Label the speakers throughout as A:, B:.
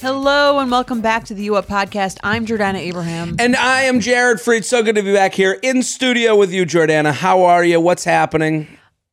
A: Hello and welcome back to the U Up Podcast. I'm Jordana Abraham.
B: And I am Jared Fried. So good to be back here in studio with you, Jordana. How are you? What's happening?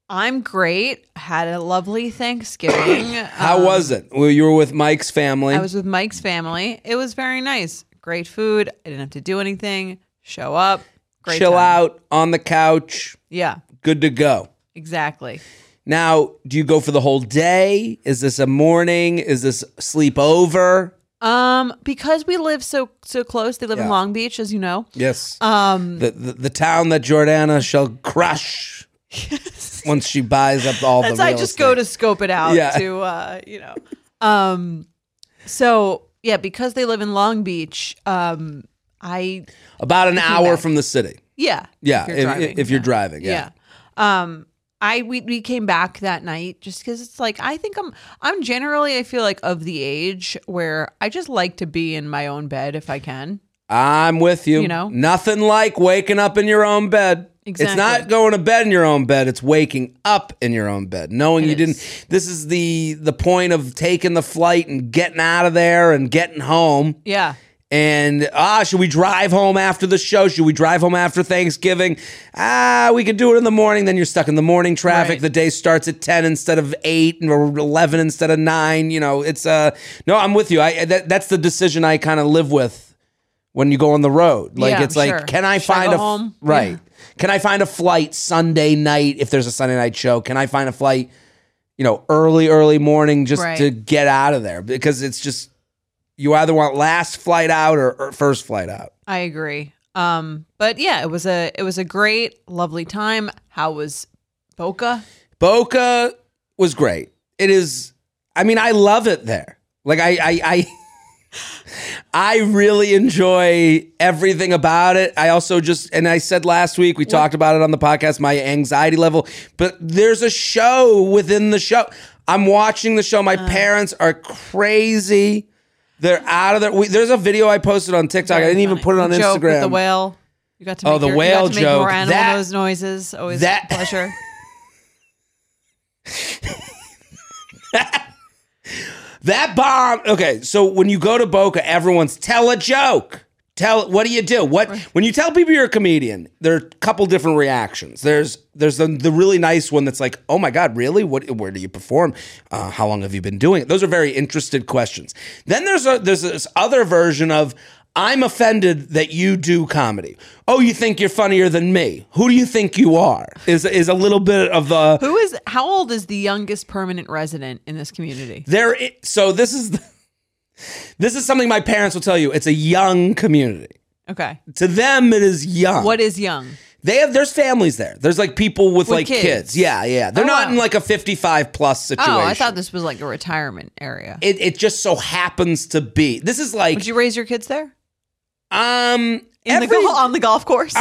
A: I'm great. Had a lovely Thanksgiving.
B: How
A: Um,
B: was it? Well, you were with Mike's family.
A: I was with Mike's family. It was very nice. Great food. I didn't have to do anything. Show up. Great.
B: Chill
A: time.
B: out on the couch.
A: Yeah,
B: Good to go.
A: exactly.
B: Now, do you go for the whole day? Is this a morning? Is this sleep over?
A: Um, because we live so so close, they live
B: Yeah.
A: in Long Beach, as you know.
B: Yes.
A: Um,
B: the, the the town that Jordana shall crush once she buys up all
A: That's
B: the
A: I
B: real
A: just
B: estate.
A: go to scope it out
B: Yeah.
A: to uh, you know. Um so yeah, because they live in Long Beach, um I
B: about an hour
A: back.
B: from the city.
A: yeah.
B: Yeah, if if you're driving.
A: driving, yeah.
B: yeah.
A: Yeah. Um I we we came back that night just cuz it's like I think I'm I'm generally I feel like of the age where I just like to be in my own bed if I can.
B: I'm with you.
A: You know?
B: nothing like waking up in your own bed. It's not
A: Exactly.
B: going to bed in your own bed. It's waking up in your own bed, knowing you
A: It is.
B: didn't. This is the the point of taking the flight and getting out of there and getting home.
A: Yeah.
B: And ah, should we drive home after the show? Should we drive home after Thanksgiving? Ah, we could do it in the morning. Then you're stuck in the morning traffic.
A: Right.
B: The day starts at ten instead of eight, or eleven instead of nine. You know, it's uh, no, I'm with you. I that, that's the decision I kind of live with when you go on the road. Like
A: Yeah,
B: it's like,
A: sure.
B: can I
A: Should I
B: find
A: go
B: a f-
A: home?
B: right?
A: Yeah.
B: Can I find a flight Sunday night if there's a Sunday night show? Can I find a flight? You know, early early morning just
A: Right.
B: to get out of there because it's just you either want last flight out or, or first flight out.
A: I agree. Um but yeah, it was a it was a great lovely time. How was Boca?
B: Boca was great. It is. I mean, I love it there. Like I, I, I, I really enjoy everything about it. I also just, and I said last week we talked about it on the podcast, my anxiety level. But there's a show within the show. I'm watching the show. My
A: Uh.
B: parents are crazy. They're out of there. We, there's a video I posted on TikTok. I
A: Very
B: didn't even
A: funny.
B: put it on
A: The
B: Instagram.
A: joke with the whale. You got to
B: Oh,
A: make
B: the
A: your-
B: whale
A: you got to
B: joke.
A: Make more animal
B: That-
A: nose noises. Always
B: that-
A: a pleasure.
B: That bomb. Okay, so when you go to Boca, everyone's tell a joke. Tell what do you do? What when you tell people you're a comedian? There are a couple different reactions. There's there's the, the really nice one that's like, oh my god, really? What? Where do you perform? Uh, how long have you been doing it? Those are very interested questions. Then there's a there's this other version of. I'm offended that you do comedy. Oh, you think you're funnier than me? Who do you think you are? Is is a little bit of the
A: Who is? How old is the youngest permanent resident in this community?
B: There, i so this is the, this is something my parents will tell you. It's a young community.
A: Okay.
B: To them, it is young.
A: What is young?
B: they have? There's families there. There's like people with, like kids.
A: kids.
B: Yeah, yeah. They're
A: Oh,
B: not
A: wow.
B: in like a 55 plus situation.
A: Oh, I thought this was like a retirement area.
B: it, it just so happens to be. This is like
A: Would you raise your kids there?
B: um
A: In the
B: every-
A: gol- on the golf course?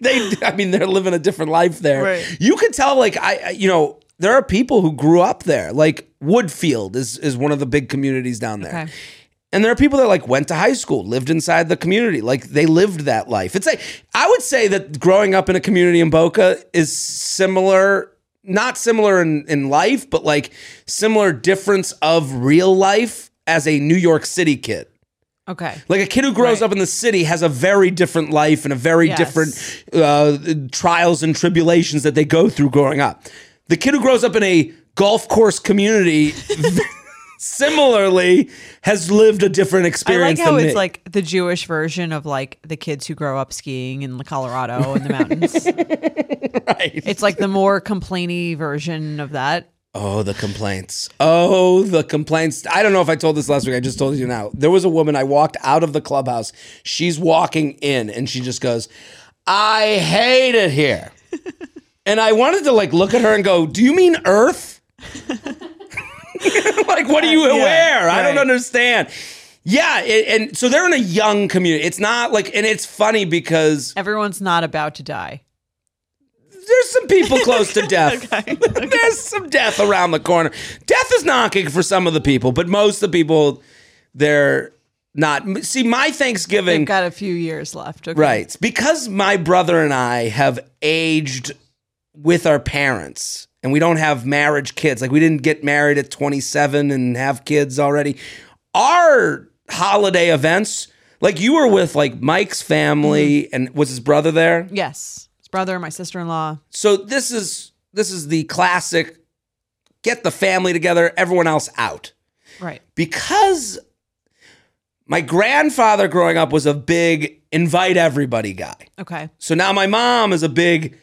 B: they i mean they're living a different life there
A: Right.
B: you can tell like I- i you know there are people who grew up there like woodfield is is one of the big communities down there
A: Okay.
B: and there are people that like went to high school lived inside the community like they lived that life it's like i would say that growing up in a community in boca is similar not similar in, in life but like similar difference of real life as a new york city kid
A: okay.
B: like a kid who grows
A: Right.
B: up in the city has a very different life and a very
A: Yes.
B: different uh, trials and tribulations that they go through growing up. The kid who grows up in a golf course community similarly has lived a different
A: I like
B: experience
A: how
B: than
A: it's
B: me.
A: like the Jewish version of like the kids who grow up skiing in Colorado in the mountains.
B: Right.
A: It's like the more complainy version of that.
B: Oh, the complaints. Oh, the complaints. I don't know if I told this last week. I just told you now. There was a woman I walked out of the clubhouse. She's walking in and she just goes, I hate it here. and I wanted to like look at her and go, Do you mean Earth? like, what do you
A: Yeah,
B: aware? I don't
A: right.
B: understand. Yeah, it, and so they're in a young community. It's not like, and it's funny because
A: Everyone's not about to die.
B: there's some people close to death.
A: Okay.
B: there's some death around the corner. Death is knocking for some of the people, but most of the people, they're not. See, my Thanksgiving,
A: They've got a few years left. Okay?
B: right? Because my brother and I have aged with our parents, and we don't have marriage kids. Like we didn't get married at 27 and have kids already. Our holiday events, like you were with like Mike's family,
A: Mm-hmm.
B: and was his brother there?
A: Yes. His brother, my sister in law.
B: so this is this is the classic get the family together everyone else out
A: Right.
B: because my grandfather growing up was a big invite everybody guy
A: Okay.
B: so now my mom is a big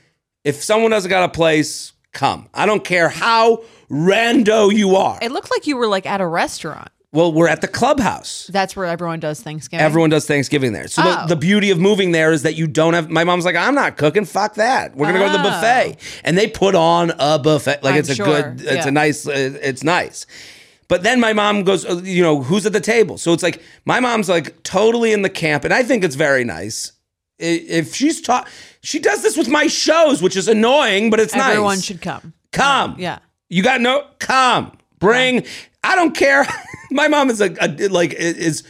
B: if someone doesn't got a place come i don't care how rando you are
A: It looked like you were like at a restaurant.
B: well we're at the clubhouse
A: That's where everyone does Thanksgiving.
B: Everyone does Thanksgiving there. So
A: Oh.
B: the, the beauty of moving there is that you don't have. My mom's like, I'm not cooking. Fuck that. We're gonna go to the
A: Oh.
B: buffet, and they put on a buffet. Like
A: I'm
B: it's a
A: sure.
B: good. It's
A: Yeah.
B: a nice. uh, It's nice. But then my mom goes, uh, you know, who's at the table? So it's like my mom's like totally in the camp, and I think it's very nice. I- If she's taught, she does this with my shows, which is annoying, but it's
A: Everyone
B: nice.
A: should come.
B: come.
A: Yeah.
B: You got no come bring. I don't care. My mom is a, a like is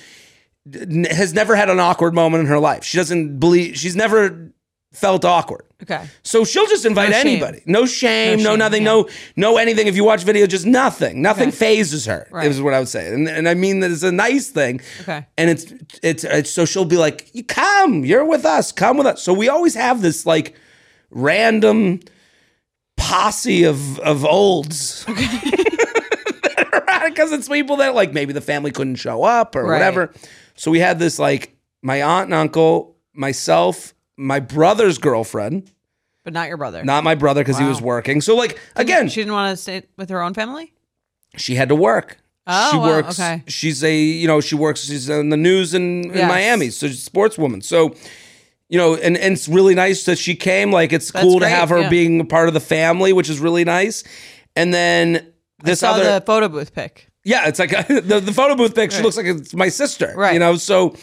B: has never had an awkward moment in her life. She doesn't believe she's never felt awkward.
A: Okay.
B: So she'll just invite
A: No shame.
B: anybody. No shame, no,
A: No shame,
B: nothing,
A: yeah.
B: no no anything. If you watch video, just nothing. Nothing phases her.
A: Right.
B: Is what I would say, and and I mean that it's a nice thing.
A: Okay.
B: And it's, it's it's so she'll be like, "You come, you're with us, come with us. So we always have this like random posse of of olds. Because it's people that like maybe the family couldn't show up or
A: Right.
B: whatever. So we had this like my aunt and uncle, myself, my brother's girlfriend,
A: But not your brother.
B: not my brother because he
A: Wow.
B: was working. So like again,
A: She didn't want to stay with her own family?
B: she had to work.
A: Oh,
B: she
A: wow,
B: works.
A: okay.
B: She's a you know she works. She's in the news in, in
A: Yes.
B: Miami. So she's a sportswoman. So you know, and, and it's really nice that she came. Like it's
A: That's
B: cool
A: great,
B: to have her
A: yeah.
B: being a part of the family, which is really nice. And then this
A: Saw
B: other
A: the photo booth pic.
B: yeah, it's like the, the photo booth pic. She
A: Right.
B: looks like it's my sister,
A: Right.
B: You know, so.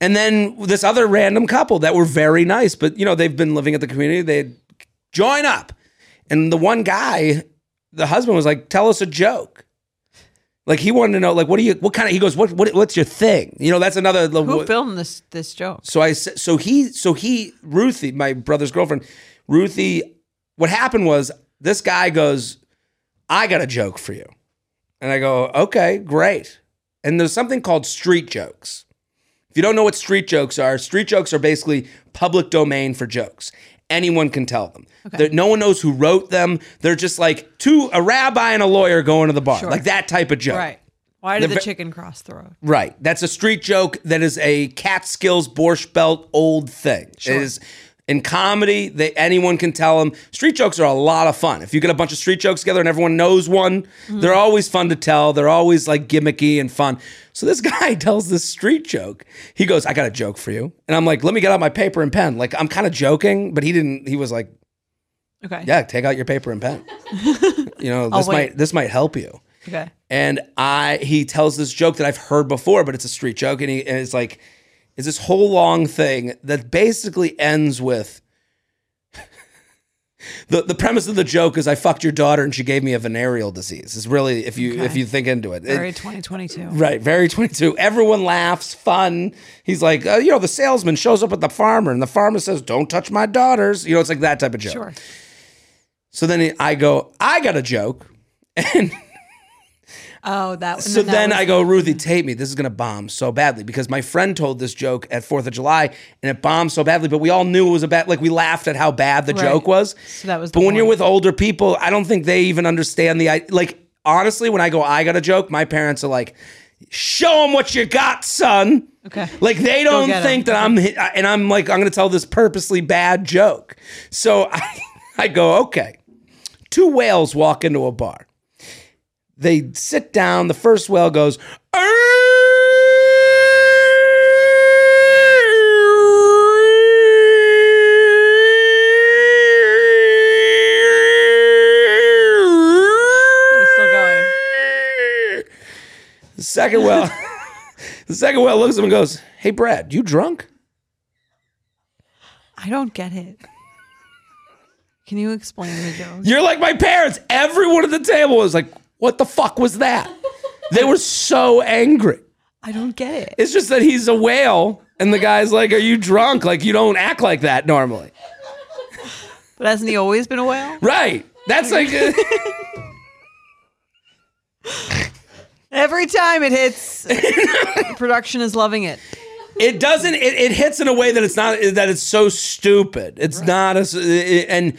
B: And then this other random couple that were very nice, but you know they've been living at the community. They join up, and the one guy, the husband was like, "Tell us a joke." Like he wanted to know, like, what do you, what kind of? He goes, "What, what what's your thing?" You know, that's another. the-
A: Who filmed this this joke?
B: so I s- so he so he Ruthie, my brother's girlfriend, Ruthie. What happened was this guy goes, "I got a joke for you," and I go, "Okay, great." And there's something called street jokes. If you don't know what street jokes are, street jokes are basically public domain for jokes. Anyone can tell them. There- No one knows who wrote them. They're just like two a rabbi and a lawyer going to the bar, like that type of joke.
A: Right. Why did
B: The
A: the,
B: ve-
A: chicken cross the road?
B: Right. That's a street joke that is a Catskills Borscht Belt old thing. It is in comedy that anyone can tell them. Street jokes are a lot of fun. If you get a bunch of street jokes together and everyone knows one, they're always fun to tell. They're always like gimmicky and fun. So this guy tells this street joke. He goes, "I got a joke for you," and I'm like, "Let me get out my paper and pen." Like I'm kind of joking, but he didn't. He was like,
A: Okay.
B: "Yeah, take out your paper and pen." you know, this
A: wait.
B: might this might help you.
A: Okay.
B: And I he tells this joke that I've heard before, but it's a street joke, and he and it's like it's this whole long thing that basically ends with the the premise of the joke is I fucked your daughter and she gave me a venereal disease. It's really if you if
A: Okay.
B: you think into it. It-
A: Very 2022.
B: Right, very 22. Everyone laughs, fun. He's like, uh, you know, the salesman shows up at the farmer and the farmer says, Don't touch my daughters. You know, it's like that type of joke.
A: Sure.
B: So then he, I go, I got a joke.
A: Oh, that.
B: So then I go, Ruthie, tape me. This is going to bomb so badly because my friend told this joke at 4th of July and it bombed so badly, but we all knew it was a bad, like we laughed at how bad the
A: Right.
B: joke was.
A: So that was
B: But
A: the
B: when you're
A: point.
B: with older people, I don't think they even understand the, I like, honestly, when I go, I got a joke, my parents are like, show them what you got, son.
A: Okay.
B: Like they don't
A: get 'em.
B: think that I'm, hi- and I'm like, I'm going to tell this purposely bad joke. So I, I go, okay. Two whales walk into a bar. They sit down. The first whale goes,
A: It's still going.
B: The second well, the second well looks at him and goes, "Hey, Brad, you drunk?"
A: I don't get it. Can you explain the joke?
B: You're like my parents. Everyone at the table was like, "What the fuck was that?" They were so angry.
A: I don't get it.
B: It's just that he's a whale, and the guy's like, "Are you drunk? Like you don't act like that normally."
A: But hasn't he always been a whale?
B: Right. That's like
A: Every time it hits, production is loving it.
B: it doesn't. It, it hits in a way that it's not that it's so stupid. It's not as and.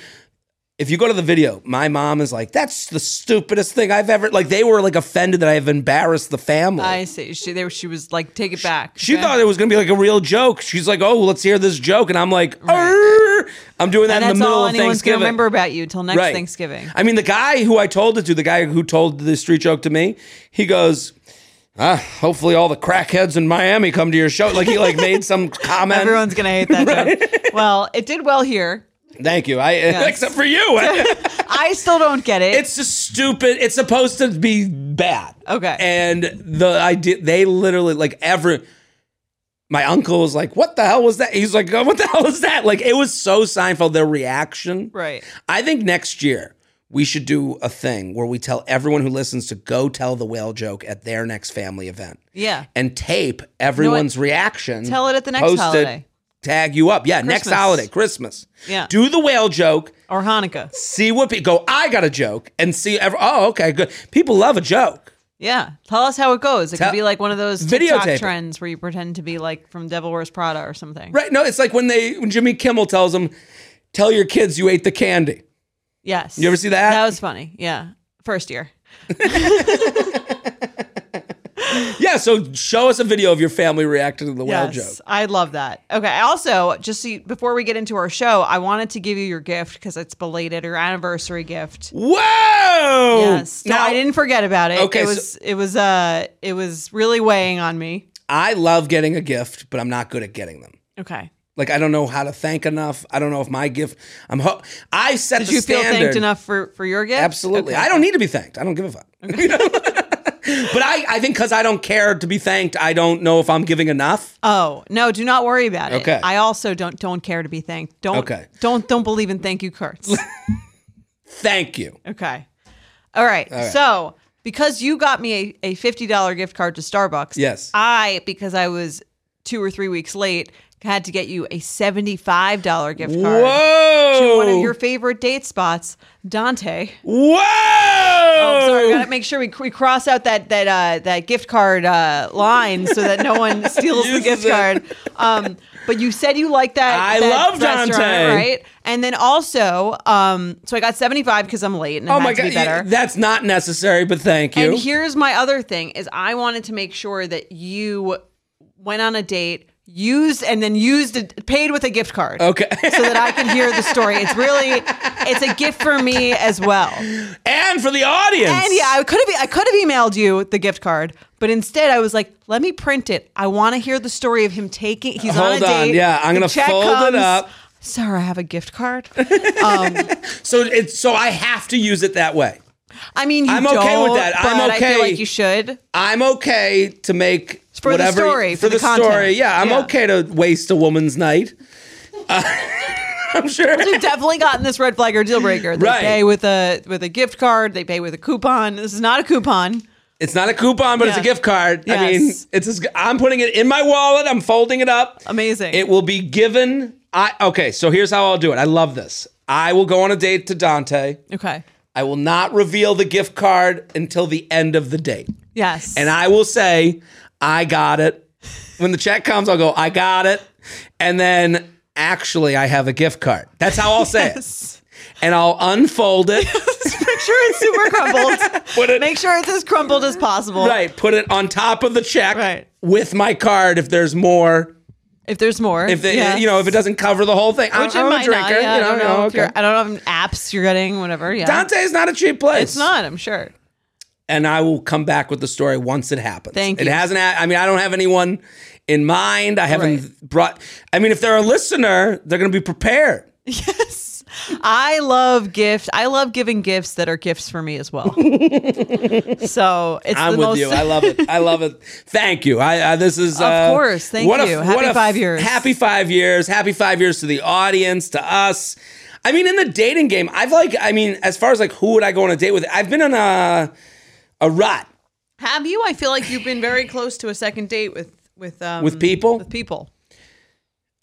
B: If you go to the video, my mom is like, "That's the stupidest thing I've ever." Like they were like offended that I have embarrassed the family.
A: I see. She there. She was like, take it back.
B: She
A: Okay.
B: thought it was gonna be like a real joke. She's like, "Oh, let's hear this joke," and I'm like, "Arr!" "I'm doing that
A: and
B: in
A: that's
B: the middle
A: all
B: of
A: anyone's gonna
B: Thanksgiving."
A: remember about you till next
B: Right.
A: Thanksgiving.
B: I mean, the guy who I told it to, the guy who told the street joke to me, he goes, "Ah, hopefully all the crackheads in Miami come to your show." Like he like made some comment.
A: Everyone's gonna hate that joke. Well, it did well here.
B: Thank you. I except for you,
A: I still don't get it.
B: it's just stupid. It's supposed to be bad.
A: Okay.
B: and the idea they literally like ever. My uncle was like, "What the hell was that?" He's like, "Oh, "What the hell was that?" Like it was so Seinfeld. Their reaction,
A: right.
B: I think next year we should do a thing where we tell everyone who listens to go tell the whale joke at their next family event
A: Yeah.
B: and tape everyone's reaction.
A: Tell it at the next
B: post it,
A: holiday.
B: Tag you up. Yeah, next
A: Christmas.
B: holiday, Christmas.
A: Yeah.
B: Do the whale joke.
A: Or Hanukkah.
B: See what people go. I got a joke, and see. Every, oh, okay, good. People love a joke.
A: Yeah. Tell us how it goes. It
B: Tell-
A: could be like one of those
B: Videotape it.
A: TikTok trends where you pretend to be like from Devil Wears Prada or something.
B: Right? No, it's like when they when Jimmy Kimmel tells them, "Tell your kids you ate the candy."
A: Yes.
B: You ever see that?
A: That was funny. Yeah. First year.
B: Yeah. So show us a video of your family reacting to the whale joke.
A: I love that. Okay. Also, just so you, before we get into our show, I wanted to give you your gift because it's belated or anniversary gift.
B: Whoa!
A: Yes. No, I didn't forget about it.
B: Okay,
A: It
B: so-
A: was it was uh it was really weighing on me.
B: I love getting a gift, but I'm not good at getting them.
A: Okay.
B: Like I don't know how to thank enough. I don't know if my gift. I'm. Ho- I set
A: Did
B: the
A: you feel
B: standard.
A: thanked enough for for your gift?
B: Absolutely.
A: Okay.
B: I don't need to be thanked. I don't give a fuck. You know? but I, I think because I don't care to be thanked, I don't know if I'm giving enough.
A: Oh no! Do not worry about it.
B: Okay.
A: I also don't don't care to be thanked. Don't
B: Okay.
A: don't don't believe in thank you cards.
B: Thank you.
A: okay. All right. So because you got me a, a fifty dollar gift card to Starbucks,
B: Yes.
A: I because I was two or three weeks late had to get you a seventy five dollar gift card to one of
B: Whoa!
A: your favorite date spots, Dante.
B: Whoa!
A: Oh, sorry, gotta make sure we, we cross out that that uh, that gift card uh, line so that no one steals the
B: Uses
A: gift
B: it.
A: card. Um, but you said you like that.
B: I
A: that
B: love
A: restaurant,
B: Dante.
A: right? And then also, um, so I got seventy five because I'm late and it
B: Oh
A: had
B: my
A: to
B: god!
A: be better.
B: That's not necessary, but thank you.
A: And here's my other thing is I wanted to make sure that you went on a date, used and then used it, paid with a gift card.
B: Okay.
A: so that I could hear the story. It's really it's a gift for me as well.
B: and for the audience.
A: And yeah, I could have e, I could have emailed you the gift card, but instead I was like, let me print it. I want to hear the story of him taking. He's on
B: Hold
A: a
B: on.
A: date.
B: Yeah, I'm
A: The
B: gonna
A: check
B: fold it
A: comes.
B: up.
A: Sir, I have a gift card. Um,
B: So it's so I have to use it that way.
A: I mean, you
B: I'm okay with
A: don't,
B: that. I'm
A: but I
B: okay.
A: feel like you should.
B: I'm okay to make
A: For the
B: whatever
A: story,
B: for,
A: for
B: the,
A: the content.
B: story. Yeah, I'm
A: Yeah.
B: okay to waste a woman's night. Uh, I'm sure.
A: We've definitely gotten this red flag or deal breaker. They
B: Right.
A: pay with a with a gift card. They pay with a coupon. This is not a coupon.
B: It's not a coupon, but it's a
A: Yeah.
B: gift card. I mean,
A: Yes.
B: it's as, I'm putting it in my wallet. I'm folding it up.
A: Amazing.
B: It will be given. I okay. So here's how I'll do it. I love this. I will go on a date to Dante.
A: okay.
B: I will not reveal the gift card until the end of the date.
A: Yes.
B: And I will say, I got it. When the check comes, I'll go, I got it. And then actually, I have a gift card. That's how I'll say it. And I'll unfold it,
A: make sure it's super crumpled.
B: put it
A: make sure it's as crumpled as possible.
B: right, put it on top of the check
A: Right.
B: with my card if there's more.
A: If there's more,
B: If they,
A: yeah.
B: you know, if it doesn't cover the whole thing,
A: Which it
B: I'm, I'm
A: might
B: a drinker.
A: Not, yeah,
B: you
A: I don't
B: know,
A: know.
B: no,
A: if you're,
B: okay.
A: I don't know if apps you're getting, whatever. Yeah,
B: Dante's not a cheap place.
A: it's not. I'm sure.
B: and I will come back with the story once it happens.
A: Thank
B: It
A: you.
B: hasn't. ha- I mean, I don't have anyone in mind. I haven't
A: Right.
B: brought. I mean, if they're a listener, they're going to be prepared.
A: Yes, I love gifts. I love giving gifts that are gifts for me as well. so it's
B: I'm
A: the
B: with
A: most.
B: you. I love it. I love it. Thank you. I, I this is uh, of
A: course. Thank you. Happy five years.
B: Happy five years. Happy five years to the audience, to us. I mean, in the dating game, I've like. I mean, as far as like who would I go on a date with? I've been in a a rut
A: Have you? I feel like you've been very close to a second date with with um,
B: with people.
A: With people.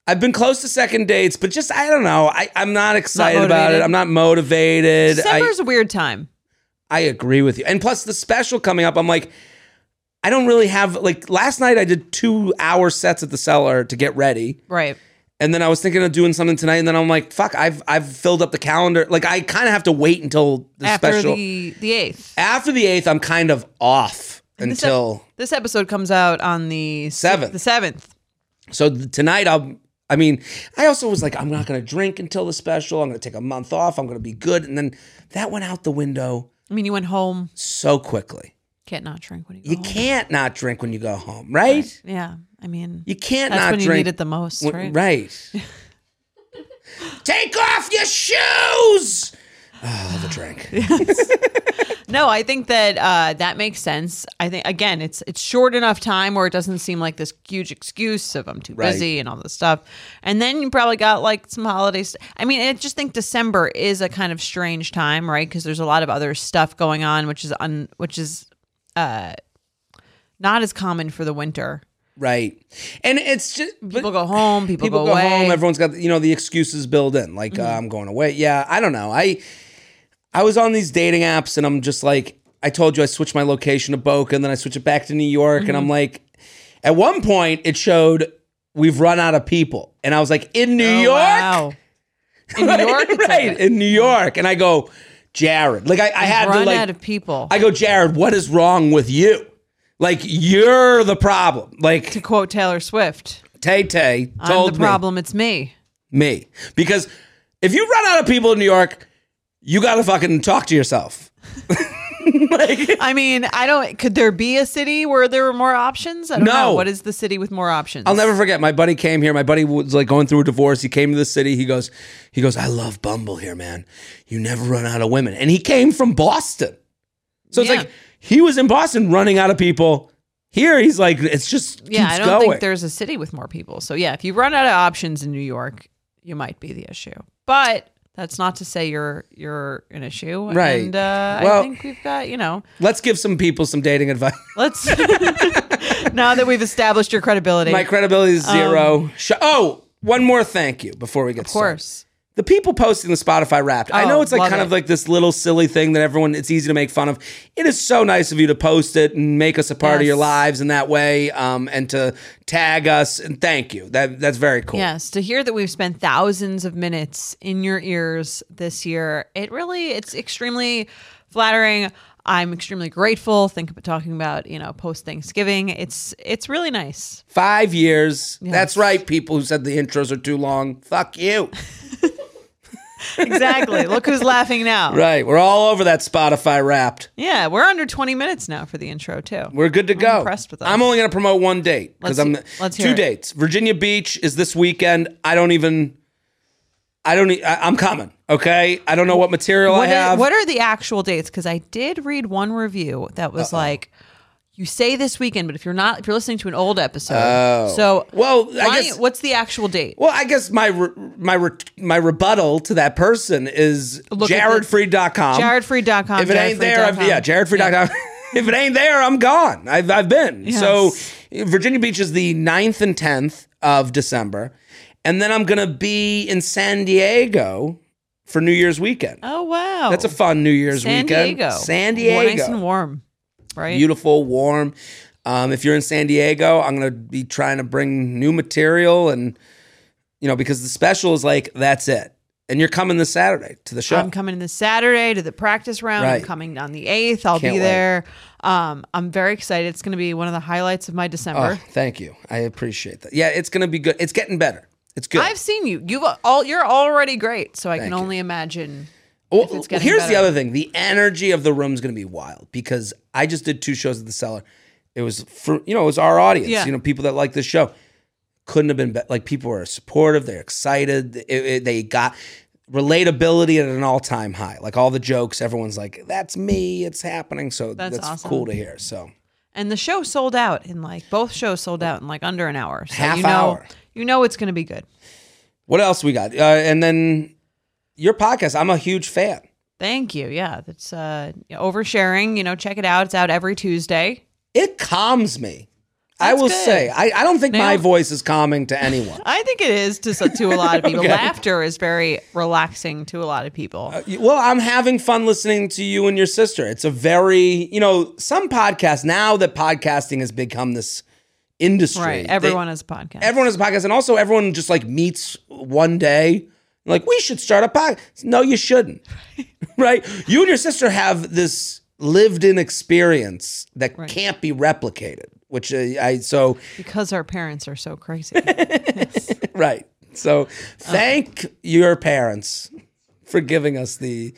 B: I've been close to second dates, but just I don't know. I I'm not excited about it.
A: motivated?
B: I'm not motivated. I,
A: December's a weird time.
B: I agree with you. And plus the special coming up, I'm like, I don't really have like last night I did two hour sets at the cellar to get ready.
A: Right.
B: And then I was thinking of doing something tonight, and then I'm like, fuck, I've I've filled up the calendar. Like I kind of have to wait until the
A: After
B: special
A: the the eighth.
B: after the eighth, I'm kind of off
A: This ep-
B: until
A: this episode comes out on the s-
B: Seventh.
A: The seventh.
B: So th- tonight, I'll. I mean, I also was like, I'm not going to drink until the special. I'm going to take a month off. I'm going to be good, and then that went out the window
A: I mean, you went home.
B: so quickly.
A: Can't not drink when you go
B: You
A: home.
B: can't not drink when you go home, right?
A: Yeah. I mean,
B: You can't
A: that's
B: not
A: when
B: drink.
A: you need it the most,
B: when-
A: right?
B: right. take off your shoes. Oh, the drink.
A: No, I think that uh, that makes sense. I think again, it's it's short enough time where it doesn't seem like this huge excuse of I'm too
B: Right.
A: busy and all this stuff. And then you probably got like some holidays. I mean, I just think December is a kind of strange time, right? Because there's a lot of other stuff going on, which is un, which is uh, not as common for the winter.
B: Right. And it's just but-
A: People go home, people,
B: people
A: go,
B: go
A: away. Mm-hmm.
B: home everyone's got you know the excuses built in like uh, i'm going away yeah i don't know i i was on these dating apps and i'm just like i told you i switched my location to boca and then i switched it back to new york and
A: Mm-hmm.
B: i'm like at one point it showed we've run out of people and i was like in new
A: Oh,
B: york
A: wow. In New York, it's
B: right
A: like that. Mm-hmm.
B: in new york and i go jared like i, I had
A: run
B: to like
A: out of people.
B: i go jared what is wrong with you like you're the problem
A: to
B: like
A: quote Taylor Swift,
B: tay tay
A: "I'm
B: told
A: the
B: me
A: problem. It's me."
B: me because if you run out of people in New York, you gotta fucking talk to yourself. like,
A: I mean, I don't. Could there be a city where there were more options? I don't
B: No.
A: know. What is the city with more options?
B: I'll never forget. My buddy came here. My buddy was like going through a divorce. He came to the city. He goes, he goes. I love Bumble here, man. You never run out of women. And he came from Boston, so it's
A: Yeah.
B: like he was in Boston running out of people. Here, he's like, it's just
A: Yeah,
B: keeps
A: I don't
B: going.
A: think there's a city with more people. So yeah, if you run out of options in New York, you might be the issue. But that's not to say you're you're an issue.
B: Right.
A: And uh,
B: Well-
A: I think we've got you know.
B: Let's give some people some dating advice.
A: Let's now that we've established your credibility,
B: My
A: of
B: credibility is zero. Sh- oh, one more thank you before we get started.
A: Um, course.
B: the people posting the Spotify Wrapped. I
A: Oh,
B: know it's like
A: love
B: kind
A: it.
B: of like this little silly thing that everyone it's easy to make fun of. It is so nice of you to post it and make us a part of
A: Yes.
B: your lives in that way, um, and to tag us and thank you. That that's very cool.
A: Yes, to hear that we've spent thousands of minutes in your ears this year, it really it's extremely flattering. I'm extremely grateful. Think about talking about you know post Thanksgiving. It's it's really nice.
B: Five years. That's
A: Yes.
B: right. People who said the intros are too long. Fuck you.
A: Exactly. Look who's laughing now.
B: right. We're all over that Spotify Wrapped.
A: Yeah, we're under 20 minutes now for the intro too.
B: We're good to go. I'm,
A: impressed with us.
B: only going to promote one date because
A: Let's
B: I'm
A: he- let's
B: two
A: hear it.
B: dates. Virginia Beach is this weekend. I don't even. I don't. e- I, am coming. Okay. I don't know what material
A: What
B: I
A: are,
B: have.
A: what are the actual dates? Because I did read one review that was like, you say this weekend, but if you're not, if you're listening to an old episode,
B: Oh.
A: so
B: Well, I
A: why-
B: guess.
A: what's the actual date?
B: Well, I guess my re- my re- my rebuttal to that person is
A: Look at the-
B: jaredfree.com.
A: JaredFree.com.
B: um, if it ain't there, I've,
A: jaredfree.com.
B: yeah, jaredfree.com. if it ain't there, I'm gone. I've I've been.
A: Yes.
B: So Virginia Beach is the 9th and 10th of December. And then I'm going to be in San Diego for New Year's weekend.
A: Oh wow,
B: That's a fun New Year's
A: San
B: weekend.
A: Diego.
B: San
A: Wa-
B: Diego.
A: nice and warm, right?
B: beautiful, warm. Um, if you're in San Diego, I'm gonna be trying to bring new material, and you know because the special is like that's it, and you're coming this Saturday to the show.
A: I'm coming this Saturday to the practice round.
B: Right.
A: I'm coming on the eighth. I'll
B: Can't
A: be
B: wait.
A: there. Um, I'm very excited. It's going to be one of the highlights of my
B: Oh,
A: December.
B: thank you, I appreciate that. Yeah, it's gonna be good. It's getting better. It's good.
A: I've seen you. You've all. You're already great. So I can
B: you.
A: only imagine.
B: Well,
A: it's
B: well,
A: getting
B: here's the
A: better.
B: other thing: the energy of the room's going to be wild because I just did two shows at the cellar. It was for you know it was our audience,
A: Yeah.
B: you know, people that like this show. Couldn't have been better. Like people are supportive, they're excited. It- it- they got relatability at an all-time high. Like all the jokes, everyone's like, "That's me, it's happening." So that's,
A: That's awesome.
B: cool to hear. So
A: And the show sold out in like both shows sold out in like under an hour. So
B: Half
A: you know,
B: hour.
A: You know it's going to be good.
B: what else we got? Uh, and then your podcast. I'm a huge fan.
A: Thank you. Yeah, that's uh oversharing. You know, check it out. It's out every Tuesday.
B: It calms me. I
A: That's
B: will
A: good.
B: say, I, I don't think my
A: Nailed-
B: voice is calming to anyone.
A: I think it is to s- to a lot of people.
B: Okay.
A: Laughter is very relaxing to a lot of people.
B: Well, I'm having fun listening to you and your sister. It's a very, you know, some podcasts now that podcasting has become this industry.
A: right.
B: they-
A: Everyone has a podcast.
B: everyone has a podcast, and also everyone just like meets one day. Like we should start a podcast. No, you shouldn't. right? You and your sister have this lived-in experience that can't be replicated. Which uh, I so
A: because our parents are so crazy.
B: right. So thank your parents for giving us the.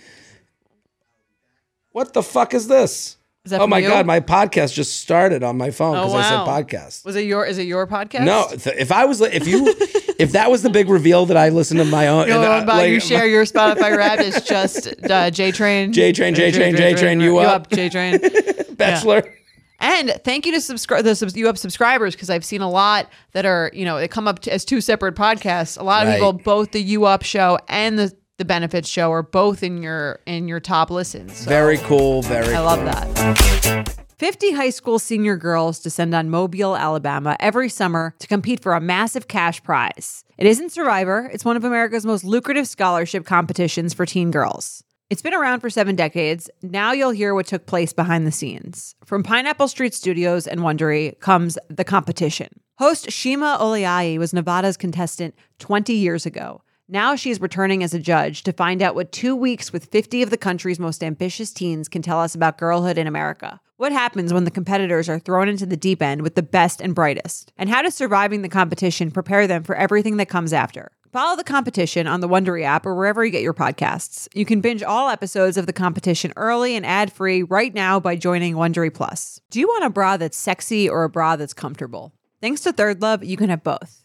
B: What the fuck is this?
A: Is that
B: oh
A: from
B: my
A: you? Oh,
B: god, my podcast just started on my phone because
A: wow.
B: I said podcast.
A: Was it your? Is it your podcast?
B: No, th- if I was, li- if you, if that was the big reveal that I listened to my own,
A: Oh,
B: and, uh,
A: about you
B: like,
A: share your Spotify rap is just uh, J Train.
B: J Train, J Train, J Train, you
A: you
B: up,
A: up J Train.
B: Bachelor.
A: And thank you to subscribe the subs- you up subscribers because I've seen a lot that are you know they come up to, as two separate podcasts. A lot of
B: Right.
A: people, both the you up show and the the benefits show, are both in your in your top listens.
B: Very cool, very.
A: I love that. 50 high school senior girls descend on Mobile, Alabama every summer to compete for a massive cash prize. It isn't Survivor, it's one of America's most lucrative scholarship competitions for teen girls. It's been around for seven decades. Now you'll hear what took place behind the scenes. From Pineapple Street Studios and Wondery comes the competition. Host Shima Oliai was Nevada's contestant 20 years ago. Now she is returning as a judge to find out what two weeks with 50 of the country's most ambitious teens can tell us about girlhood in America. What happens when the competitors are thrown into the deep end with the best and brightest? And how does surviving the competition prepare them for everything that comes after? Follow the competition on the Wondery app or wherever you get your podcasts. You can binge all episodes of the competition early and ad-free right now by joining Wondery Plus. Do you want a bra that's sexy or a bra that's comfortable? Thanks to Third Love, you can have both.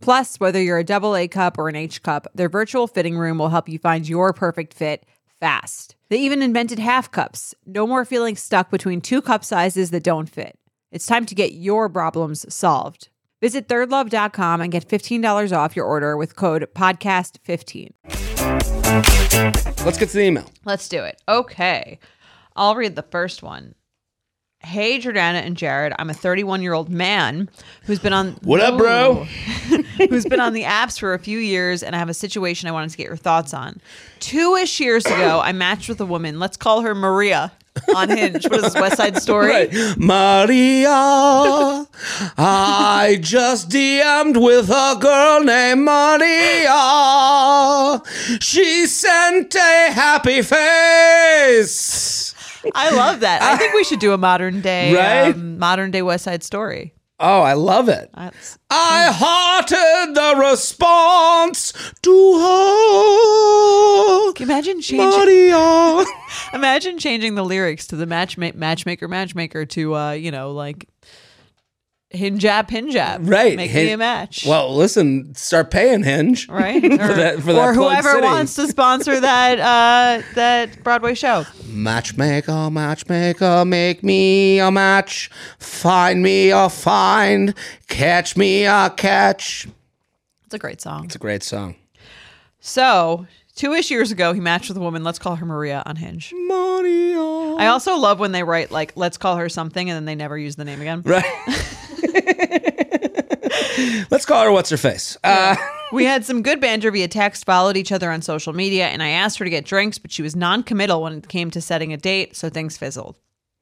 A: Plus, whether you're a double A cup or an H cup, their virtual fitting room will help you find your perfect fit fast. They even invented half cups. No more feeling stuck between two cup sizes that don't fit. It's time to get your problems solved. Visit thirdlove.com and get $15 off your order with code PODCAST15.
B: Let's get to the email.
A: Let's do it. Okay. I'll read the first one. Hey, Jordana and Jared, I'm a 31 year old man who's been on.
B: What up, bro?
A: who's been on the apps for a few years, and I have a situation I wanted to get your thoughts on. Two ish years ago, I matched with a woman. Let's call her Maria on Hinge. What is this, West Side Story?
B: Right. Maria, I just DM'd with a girl named Maria. She sent a happy face.
A: I love that. I think we should do a modern day,
B: Right?
A: um, modern day West Side Story.
B: Oh, I love it.
A: That's,
B: I hearted the response to her.
A: imagine changing.
B: Maria.
A: Imagine changing the lyrics to the matchma- matchmaker, matchmaker to uh, you know, like Hinjap, Hinjap,
B: Right.
A: Make
B: Hin-
A: me a match.
B: Well, listen, start paying Hinge.
A: Right, or,
B: that- for that
A: or
B: plug
A: whoever
B: city.
A: wants to sponsor that uh, that Broadway show.
B: Matchmaker, matchmaker, make me a match. Find me a find. Catch me a catch.
A: It's a great song.
B: It's a great song.
A: So two ish years ago, he matched with a woman. Let's call her Maria on Hinge.
B: Maria.
A: I also love when they write like "Let's call her something" and then they never use the name again.
B: Right. Let's call her What's Her Face. Uh,
A: We had some good banter via text, followed each other on social media, and I asked her to get drinks, but she was non committal when it came to setting a date, so things fizzled.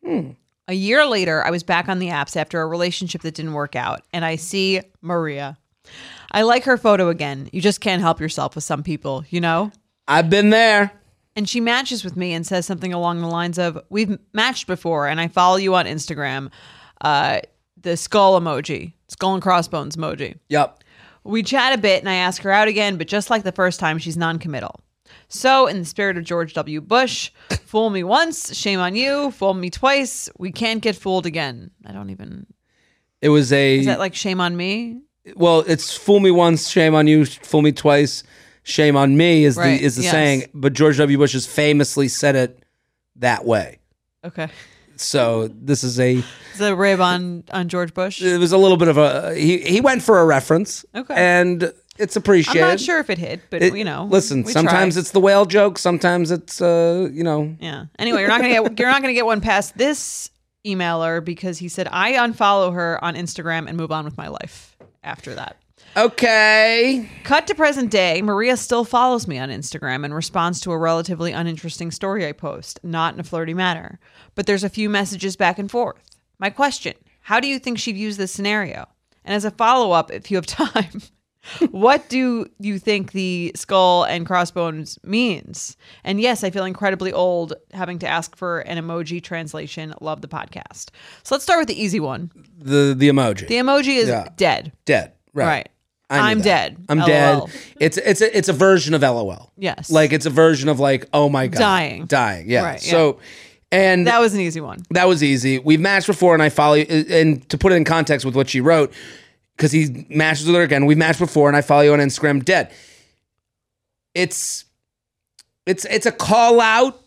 B: Hmm.
A: A year later, I was back on the apps after a relationship that didn't work out, and I see Maria. I like her photo again. You just can't help yourself with some people, you know?
B: I've been there.
A: And she matches with me and says something along the lines of, We've matched before, and I follow you on Instagram. Uh, the skull emoji, skull and crossbones emoji.
B: Yep.
A: We chat a bit and I ask her out again, but just like the first time, she's non-committal. So, in the spirit of George W. Bush, fool me once, shame on you. Fool me twice, we can't get fooled again. I don't even.
B: It was a
A: Is that like shame on me?
B: well, it's fool me once, shame on you. Fool me twice, shame on me is
A: Right,
B: the is the
A: yes.
B: saying. But George W. Bush has famously said it that way.
A: Okay.
B: So this is a
A: Is that a rib on on George Bush?
B: it was a little bit of a he he went for a reference.
A: Okay.
B: and it's
A: I'm
B: appreciated.
A: not sure if it hit, but
B: It-
A: you know,
B: listen.
A: we
B: Sometimes
A: try.
B: it's the whale joke. Sometimes it's uh you know
A: yeah. Anyway, you're not gonna get you're not gonna get one past this emailer because he said I unfollow her on Instagram and move on with my life after that.
B: okay.
A: Cut to present day, Maria still follows me on Instagram and responds to a relatively uninteresting story I post, not in a flirty manner. But there's a few messages back and forth. My question How do you think she'd use this scenario? And as a follow up, if you have time, what do you think the skull and crossbones means? And yes, I feel incredibly old having to ask for an emoji translation. Love the podcast. So let's start with the easy one.
B: The the emoji
A: The emoji is
B: Yeah.
A: dead.
B: dead right.
A: Right.
B: I knew
A: I'm
B: that.
A: dead.
B: I'm
A: LOL.
B: dead. It's it's a, it's a version of LOL.
A: Yes.
B: Like it's a version of like oh my god
A: Dying.
B: dying yeah.
A: Right, yeah.
B: so and
A: That was an easy one.
B: that was easy. We've matched before, and I follow. You, and to put it in context with what she wrote, because he matches with her again. We've matched before, and I follow you on Instagram. Dead. It's it's it's a call out,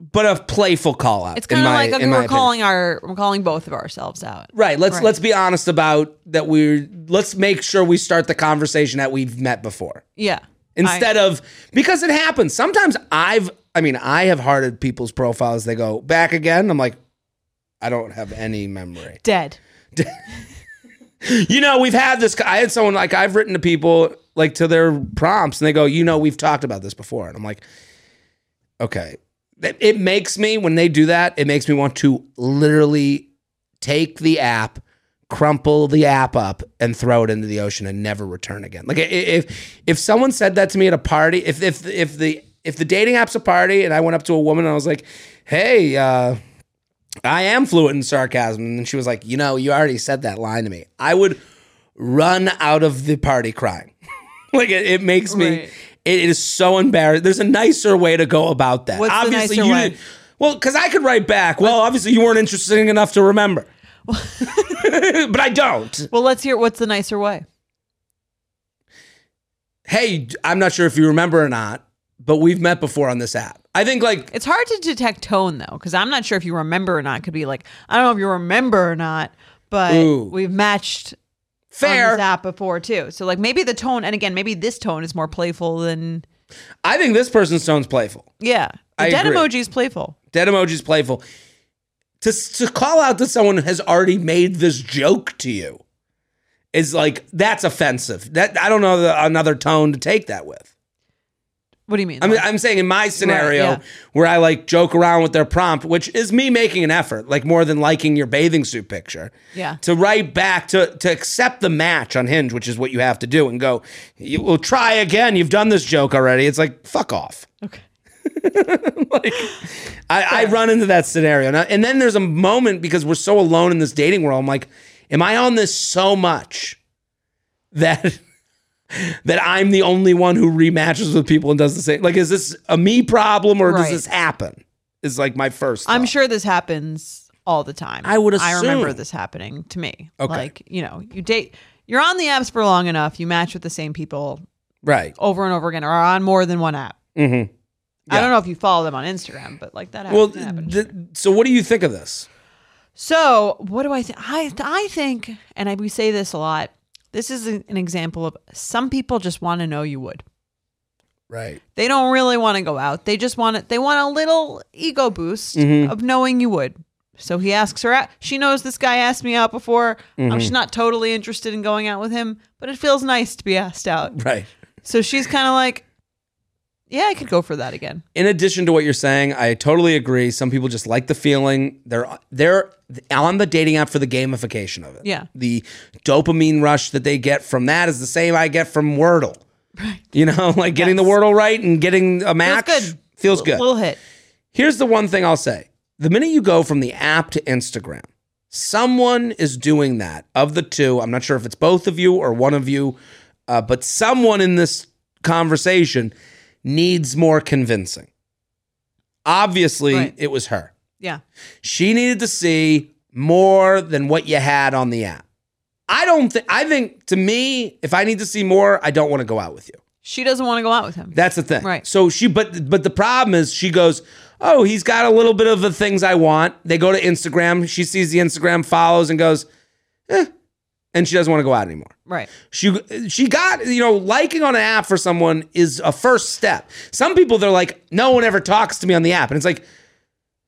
B: but a playful call out.
A: It's
B: in
A: kind of
B: my-
A: like okay,
B: in my
A: we're
B: opinion.
A: calling our we're calling both of ourselves out.
B: Right. Let's
A: Right.
B: let's be honest about that. We're let's make sure we start the conversation that we've met before
A: Yeah.
B: instead of because it happens sometimes i've i mean i have hearted people's profiles they go back again i'm like i don't have any memory
A: dead.
B: you know we've had this i had someone like i've written to people like to their prompts and they go you know we've talked about this before and i'm like okay it, it makes me when they do that it makes me want to literally take the app crumple the app up and throw it into the ocean and never return again like i- i- if if someone said that to me at a party if if if the if the dating app's a party and i went up to a woman and i was like hey uh I am fluent in sarcasm. And she was like, You know, you already said that line to me. I would run out of the party crying. like, it, it makes me,
A: Right.
B: it is so embarrassing. There's a nicer way to go about that.
A: What's the nicer
B: you
A: way?
B: didn't- Well, because I could write back, Well, obviously, you weren't interesting enough to remember. but I don't.
A: Well, let's hear what's the nicer way.
B: Hey, I'm not sure if you remember or not, but we've met before on this app. I think, like,
A: It's hard to detect tone though, because I'm not sure if you remember or not. Could be like I don't know if you remember or not, but
B: Ooh.
A: we've matched on
B: fair.
A: this app before too. So like maybe the tone, and again, maybe this tone is more playful than
B: I think this person's tone's playful.
A: yeah. The
B: I
A: dead
B: agree.
A: emoji is playful.
B: Dead emoji's playful. To to call out that someone has already made this joke to you is like that's offensive. That I don't know the, another tone to take that with.
A: What do you mean?
B: I mean, I'm saying in my scenario
A: yeah.
B: where I like joke around with their prompt, which is me making an effort, like more than liking your bathing suit picture.
A: Yeah.
B: To write back to to accept the match on Hinge, which is what you have to do, and go, you will try again. You've done this joke already. It's like fuck off.
A: okay.
B: like I, I run into that scenario and, I- and then there's a moment because we're so alone in this dating world i'm like am i on this so much that that i'm the only one who rematches with people and does the same like is this a me problem or does
A: Right.
B: this happen is like my first
A: I'm
B: thought.
A: sure this happens all the time.
B: I would
A: I remember
B: assume.
A: this happening to me.
B: Okay.
A: Like, you know, you date, you're on the apps for long enough, you match with the same people
B: right
A: over and over again or on more than one app.
B: mm-hmm.
A: I
B: Yeah.
A: don't know if you follow them on Instagram, but like that happens.
B: well
A: that happens.
B: th- so what do you think of this
A: so, what do I think? I, I think, and I, we say this a lot, this is an an example of some people just want to know you would.
B: right
A: They don't really want to go out. They just want it. They want a little ego boost
B: Mm-hmm.
A: of knowing you would. So he asks her out. She knows this guy asked me out before. Um,
B: Mm-hmm.
A: she's not totally interested in going out with him, but it feels nice to be asked out.
B: right
A: So she's kind of like, "Yeah, I could go for that again."
B: in addition to what you're saying, I totally agree. Some people just like the feeling. They're they're on the dating app for the gamification of it.
A: Yeah.
B: The dopamine rush that they get from that is the same I get from Wordle. Right. You know, like getting the Wordle right and getting a match.
A: good.
B: Feels good.
A: Little hit.
B: Here's the one thing I'll say the minute you go from the app to Instagram, someone is doing that of the two. I'm not sure if it's both of you or one of you, uh, but someone in this conversation needs more convincing. Obviously,
A: Right.
B: it was her.
A: Yeah.
B: She needed to see more than what you had on the app. I don't think, I think to me, if I need to see more, I don't want to go out with you.
A: She doesn't want to go out with him.
B: That's the thing.
A: Right.
B: So she, but but the problem is, she goes, "Oh, he's got a little bit of the things I want." They go to Instagram. She sees the Instagram, follows, and goes, eh, and she doesn't want to go out anymore.
A: right.
B: She she got you know liking on an app for someone is a first step. Some people they're like, no one ever talks to me on the app, and it's like,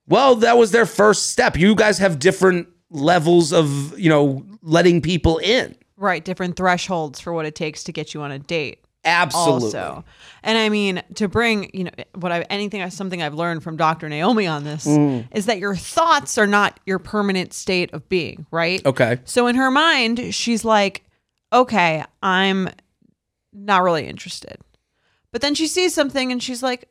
B: well, that was their first step. You guys have different levels of you know letting people in.
A: Right. Different thresholds for what it takes to get you on a date.
B: Absolutely.
A: Also, and I mean to bring you know what I anything something I've learned from Dr. Naomi on this is that your thoughts are not your permanent state of being. Right.
B: Okay.
A: So in her mind, she's like, okay, I'm not really interested. But then she sees something and she's like,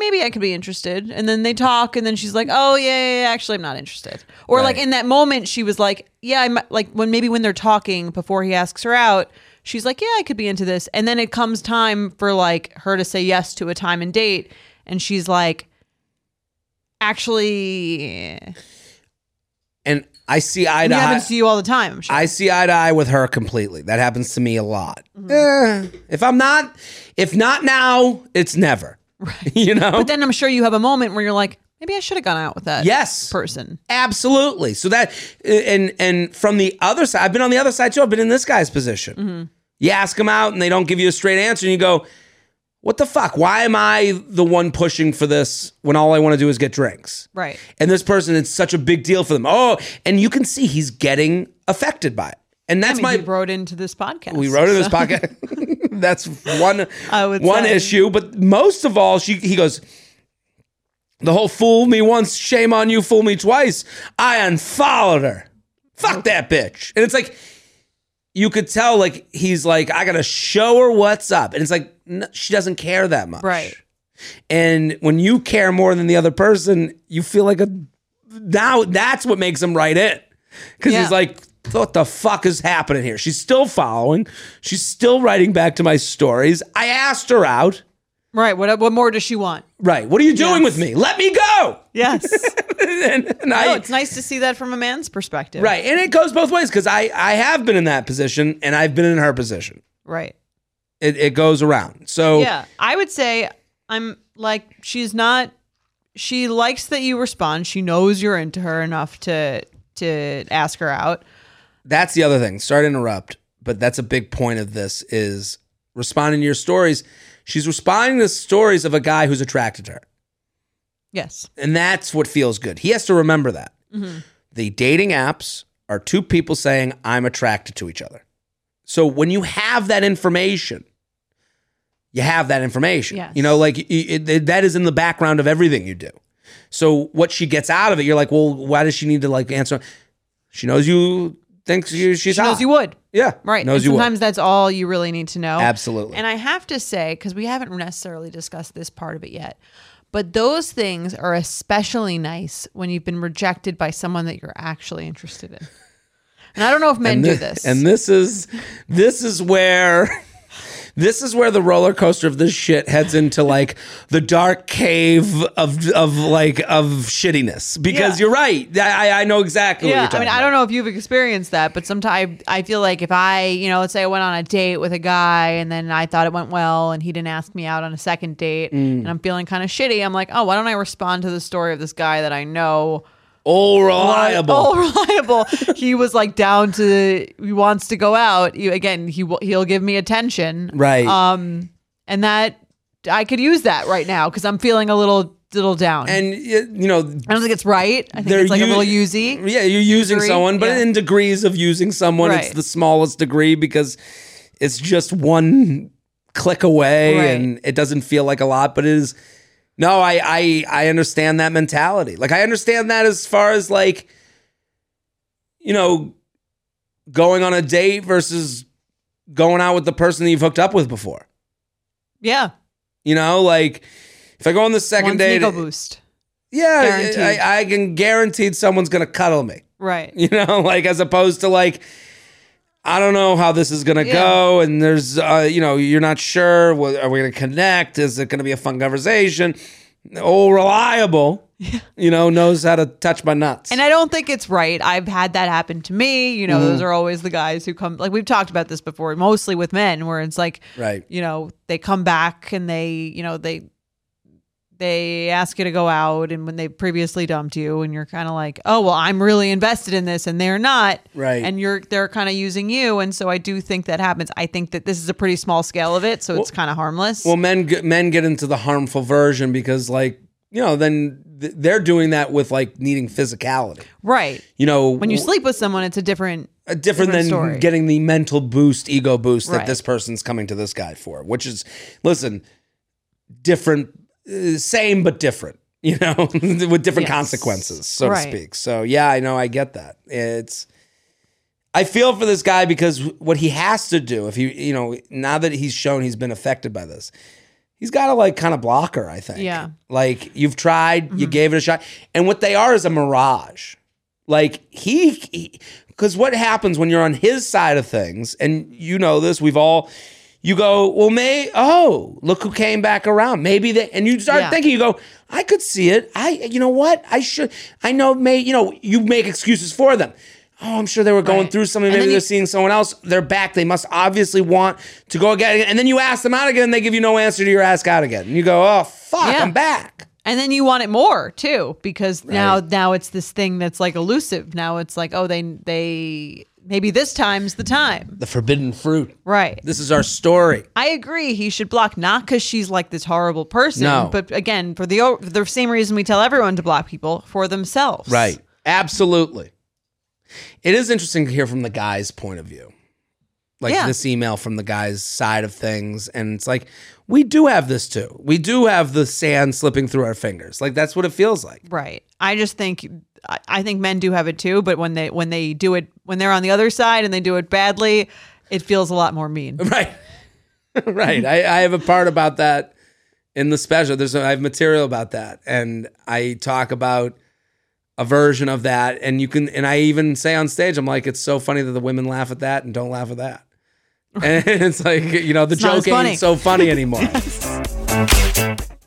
A: maybe I could be interested. And then they talk and then she's like, oh, yeah, yeah, yeah actually, I'm not interested. Or like
B: Right.
A: in that moment, she was like, yeah, I'm like, when maybe when they're talking before he asks her out, she's like, yeah, I could be into this. And then it comes time for like her to say yes to a time and date. And she's like, actually,
B: And I see eye
A: and
B: to
A: it
B: eye.
A: happens to you all the time. I'm sure.
B: I see eye to eye with her completely. That happens to me a lot.
A: Mm-hmm.
B: Eh, if I'm not, if not now, it's never. Right. You know.
A: But then I'm sure you have a moment where you're like, maybe I should have gone out with that
B: yes.
A: person.
B: absolutely. So that eh, and and from the other side, I've been on the other side too. I've been in this guy's position.
A: Mm-hmm.
B: You ask them out, and they don't give you a straight answer, and you go, "What the fuck? Why am I the one pushing for this when all I want to do is get drinks?"
A: Right.
B: And this person, it's such a big deal for them. Oh, and you can see he's getting affected by it. And
A: I
B: that's
A: mean,
B: my
A: you wrote into this podcast.
B: We wrote in his pocket. That's one
A: I would
B: one
A: say.
B: issue, but most of all, she he goes. The whole fool me once, shame on you, fool me twice. I unfollowed her. Fuck that bitch. And it's like you could tell, like he's like, I gotta show her what's up, and it's like n- she doesn't care that much,
A: Right.
B: And when you care more than the other person, you feel like a now. That's what makes him right in, because
A: Yeah.
B: he's like, what the fuck is happening here? She's still following. She's still writing back to my stories. I asked her out.
A: Right. What what more does she want?
B: Right. What are you doing with me? Let me go.
A: Yes.
B: and, and I,
A: oh, it's nice to see that from a man's perspective.
B: right. And it goes both ways because I, I have been in that position and I've been in her position.
A: Right.
B: It, it goes around. So
A: Yeah. I would say I'm like she's not she likes that you respond. She knows you're into her enough to to ask her out.
B: that's the other thing. Sorry to interrupt, but that's a big point of this is responding to your stories. She's responding to stories of a guy who's attracted to her.
A: Yes.
B: And that's what feels good. He has to remember that.
A: Mm-hmm.
B: The dating apps are two people saying, I'm attracted to each other. So when you have that information, you have that information.
A: Yes.
B: You know, like y- it, it- that is in the background of everything you do. So what she gets out of it, you're like, well, why does she need to like answer? She knows you thinks you, she's
A: She
B: hot.
A: knows you would.
B: Yeah.
A: Right.
B: Knows
A: and
B: you would.
A: sometimes that's all you really need to know.
B: Absolutely.
A: And I have to say, because we haven't necessarily discussed this part of it yet, but those things are especially nice when you've been rejected by someone that you're actually interested in. And I don't know if men do this.
B: And this is this is where this is where the roller coaster of this shit heads into like the dark cave of of like of shittiness. Because
A: Yeah.
B: you're right. I I- I know exactly what
A: yeah,
B: you're
A: I
B: talking
A: mean, I don't know if you've experienced that, but sometimes I feel like if I, you know, let's say I went on a date with a guy and then I thought it went well and he didn't ask me out on a second date
B: Mm.
A: and I'm feeling kind of shitty, I'm like, oh, why don't I respond to the story of this guy that I know
B: All reliable.
A: All reliable. he was like down to he wants to go out. You again, he will he'll give me attention.
B: Right.
A: Um and that I could use that right now cuz I'm feeling a little little down.
B: and you you know
A: I don't think it's right. I think
B: they're
A: it's like a
B: u-
A: little usy.
B: Yeah, you're using
A: Degree,
B: someone, but
A: yeah.
B: in degrees of using someone, it's
A: Right.
B: the smallest degree because it's just one click away
A: Right.
B: and it doesn't feel like a lot, but it is no, I, I I understand that mentality. Like I understand that as far as like you know going on a date versus going out with the person that you've hooked up with before.
A: Yeah.
B: You know, like If I go on the second
A: One's
B: date,
A: Nico boost.
B: yeah,
A: Guaranteed.
B: I, I can guaranteed someone's gonna cuddle me.
A: Right.
B: You know, like as opposed to like, I don't know how this is gonna
A: Yeah.
B: go, and there's, uh, you know, you're not sure. What, are we gonna connect? Is it gonna be a fun conversation? Oh, reliable. You know, knows how to touch my nuts.
A: And I don't think it's right. I've had that happen to me. You know, those
B: Mm-hmm.
A: are always the guys who come, like, we've talked about this before, mostly with men, where it's like,
B: Right.
A: you know, they come back and they, you know, they, they ask you to go out and when they previously dumped you and you're kind of like oh well i'm really invested in this and they're not
B: Right.
A: and you're they're kind of using you and so i do think that happens i think that this is a pretty small scale of it so it's kind of harmless
B: Well, men get, men get into the harmful version because, like, you know, then th- they're doing that with like needing physicality.
A: right
B: You know,
A: when you sleep with someone it's a different
B: uh, different,
A: different
B: than
A: story.
B: getting the mental boost, ego boost that
A: Right.
B: this person's coming to this guy for, which is, listen, different, uh, same but different. You know, with different
A: Yes.
B: consequences, so to
A: Right.
B: speak. So yeah, I know, I get that. It's I feel for this guy because what he has to do, if he, you know, now that he's shown he's been affected by this, he's got to like kind of block her, I think.
A: Yeah. Mm-hmm.
B: Like you've tried, you gave it a shot. And what they are is a mirage. Like he, because what happens when you're on his side of things, and you know this, we've all, you go, well, may, oh, look who came back around. Maybe they, and you start
A: Yeah.
B: thinking, you go, I could see it. I, you know what? I should, I know, may, you know, you make excuses for them. Oh, I'm sure they were going
A: Right.
B: through something.
A: And
B: Maybe
A: then
B: they're
A: you-
B: seeing someone else. They're back. They must obviously want to go again. And then you ask them out again, and they give you no answer to your ask out again. And you go, oh, fuck,
A: Yeah.
B: I'm back.
A: And then you want it more too, because now now it's this thing that's like elusive. Now it's like, oh, they they maybe this time's the time,
B: The forbidden fruit.
A: right?
B: This is our story.
A: I agree. He should block not because she's like this horrible person,
B: No.
A: but again for the o- for the same reason we tell everyone to block people for themselves,
B: Right. Absolutely. It is interesting to hear from the guy's point of view. Like
A: Yeah.
B: this email from the guy's side of things. And it's like, we do have this too. We do have the sand slipping through our fingers. Like that's what it feels like.
A: Right. I just think I- I think men do have it too, but when they when they do it when they're on the other side and they do it badly, it feels a lot more mean.
B: Right. right. I, I have a part about that in the special. There's I have material about that. And I talk about a version of that. And you can and I even say on stage, I'm like, it's so funny that the women laugh at that and don't laugh at that. And it's like, you know, the
A: not as
B: joke ain't
A: funny.
B: so funny anymore.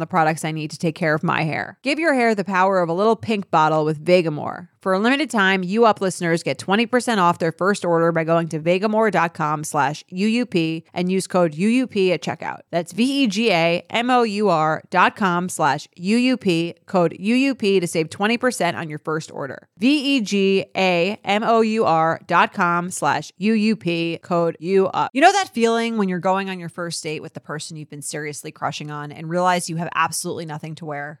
A: the products I need to take care of my hair. Give your hair the power of a little pink bottle with Vegamore. For a limited time, you up listeners get 20% off their first order by going to vegamore.com slash UUP and use code UUP at checkout. That's E V-E-G-A-M-O-U-R dot com slash UUP, code UUP to save 20% on your first order. E V-E-G-A-M-O-U-R dot com slash UUP, code UUP. You know that feeling when you're going on your first date with the person you've been seriously crushing on and realize you have absolutely nothing to wear?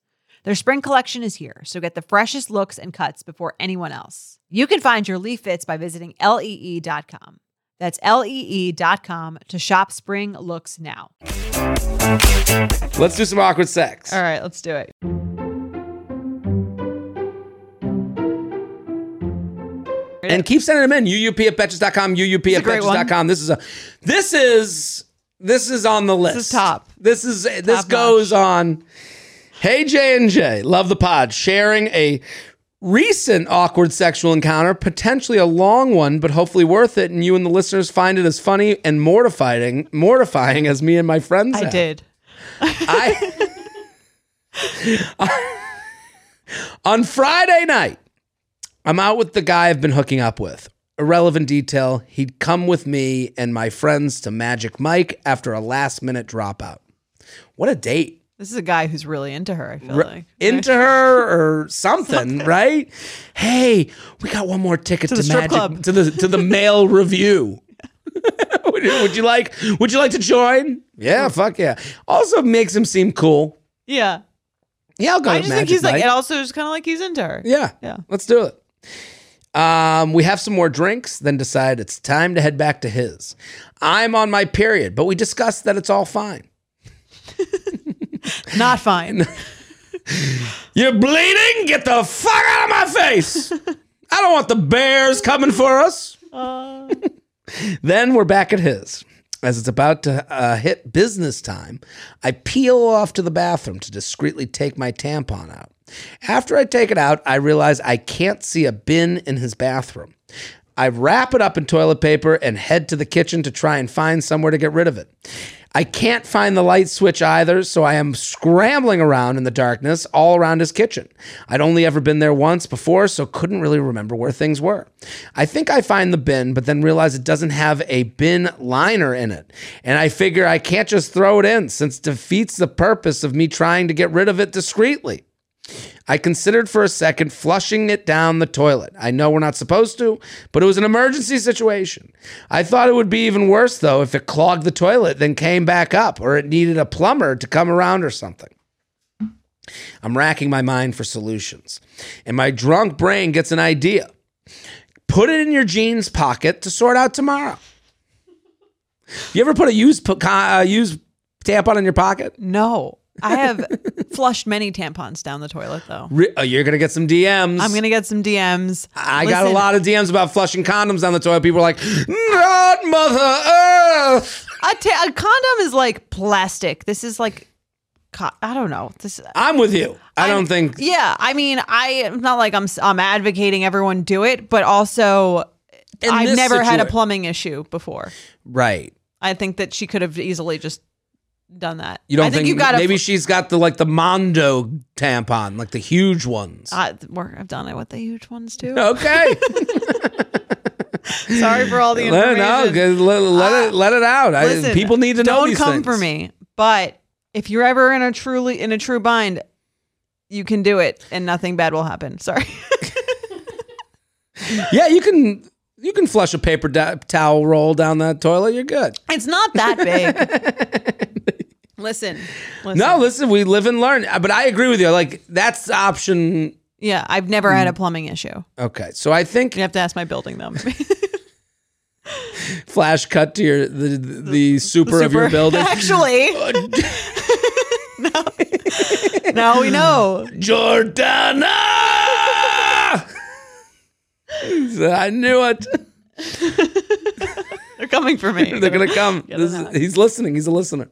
A: Their spring collection is here, so get the freshest looks and cuts before anyone else. You can find your Lee fits by visiting E lee.com. That's E lee.com to shop spring looks now.
B: Let's do some awkward sex.
A: All right, let's do it.
B: And keep sending them in. UUP at betches.com, UUP at
A: a great one.
B: betches.com. This is a this is this is on the list.
A: is top.
B: This is this
A: Top
B: goes on. Hey J and J, love the pod. Sharing a recent awkward sexual encounter, potentially a long one, but hopefully worth it. And you and the listeners find it as funny and mortifying mortifying as me and my friends.
A: I
B: have.
A: did.
B: I on Friday night, I'm out with the guy I've been hooking up with. Irrelevant detail. He'd come with me and my friends to Magic Mike after a last minute dropout. What a date.
A: This is a guy who's really into her, I feel like.
B: Into her or something, right? Hey, we got one more ticket to,
A: the strip
B: Magic
A: club.
B: to the to the male review. would, you, would you like would you like to join? Yeah,
A: Mm.
B: fuck yeah. Also makes him seem cool.
A: Yeah.
B: Yeah, I'll go.
A: I
B: to
A: just
B: Magic
A: think he's like,
B: Mike.
A: and also just kind of like he's into her.
B: yeah,
A: Yeah.
B: Let's do it. Um, we have some more drinks, then decide it's time to head back to his. I'm on my period, but we discussed that it's all fine.
A: Not fine.
B: You're bleeding? Get the fuck out of my face! I don't want the bears coming for us.
A: Uh,
B: Then we're back at his. As it's about to uh, hit business time, I peel off to the bathroom to discreetly take my tampon out. After I take it out, I realize I can't see a bin in his bathroom. I wrap it up in toilet paper and head to the kitchen to try and find somewhere to get rid of it. I can't find the light switch either, so I am scrambling around in the darkness all around his kitchen. I'd only ever been there once before, so couldn't really remember where things were. I think I find the bin, but then realize it doesn't have a bin liner in it. And I figure I can't just throw it in since it defeats the purpose of me trying to get rid of it discreetly. I considered for a second flushing it down the toilet. I know we're not supposed to, but it was an emergency situation. I thought it would be even worse, though, if it clogged the toilet, then came back up, or it needed a plumber to come around or something. I'm racking my mind for solutions, and my drunk brain gets an idea. Put it in your jeans pocket to sort out tomorrow. You ever put a used, po- con- uh, used tampon in your pocket?
A: no. I have flushed many tampons down the toilet, though.
B: Re- oh, you're going to get some DMs.
A: I'm going to get some DMs.
B: I got a
A: Listen,
B: lot of DMs about flushing condoms down the toilet. People are like, not Mother Earth.
A: A, ta- a condom is like plastic. This is like, co- I don't know. This.
B: I'm with you. I don't think.
A: Yeah, I mean, I am not like I'm. s- I'm advocating everyone do it, but also,
B: In
A: I've
B: this
A: never had a
B: situa-
A: plumbing issue before.
B: Right.
A: I think that she could have easily just done that.
B: You don't
A: I think,
B: think,
A: you got
B: maybe she's got the like the Mondo tampon, like the huge ones.
A: I, work. I've done it with the huge ones too.
B: okay.
A: Sorry for all the
B: let it out.
A: information.
B: Let, let it let it out. I-
A: Listen,
B: people need to know
A: don't
B: these
A: come
B: things.
A: for me. But if you're ever in a truly in a true bind, you can do it, and nothing bad will happen. Sorry.
B: Yeah, you can you can flush a paper da- towel roll down that toilet. You're good.
A: It's not that big. listen, listen.
B: No, listen, we live and learn. Uh, But I agree with you. Like that's the option.
A: Yeah, I've never
B: Mm.
A: had a plumbing issue.
B: Okay, so I think
A: You have to ask my building though. Super,
B: flash cut to your the the, the super, of your building.
A: Actually, no. Now we know.
B: Jordana! I knew it.
A: They're coming for me.
B: They're gonna come. This is- he's listening. He's a listener.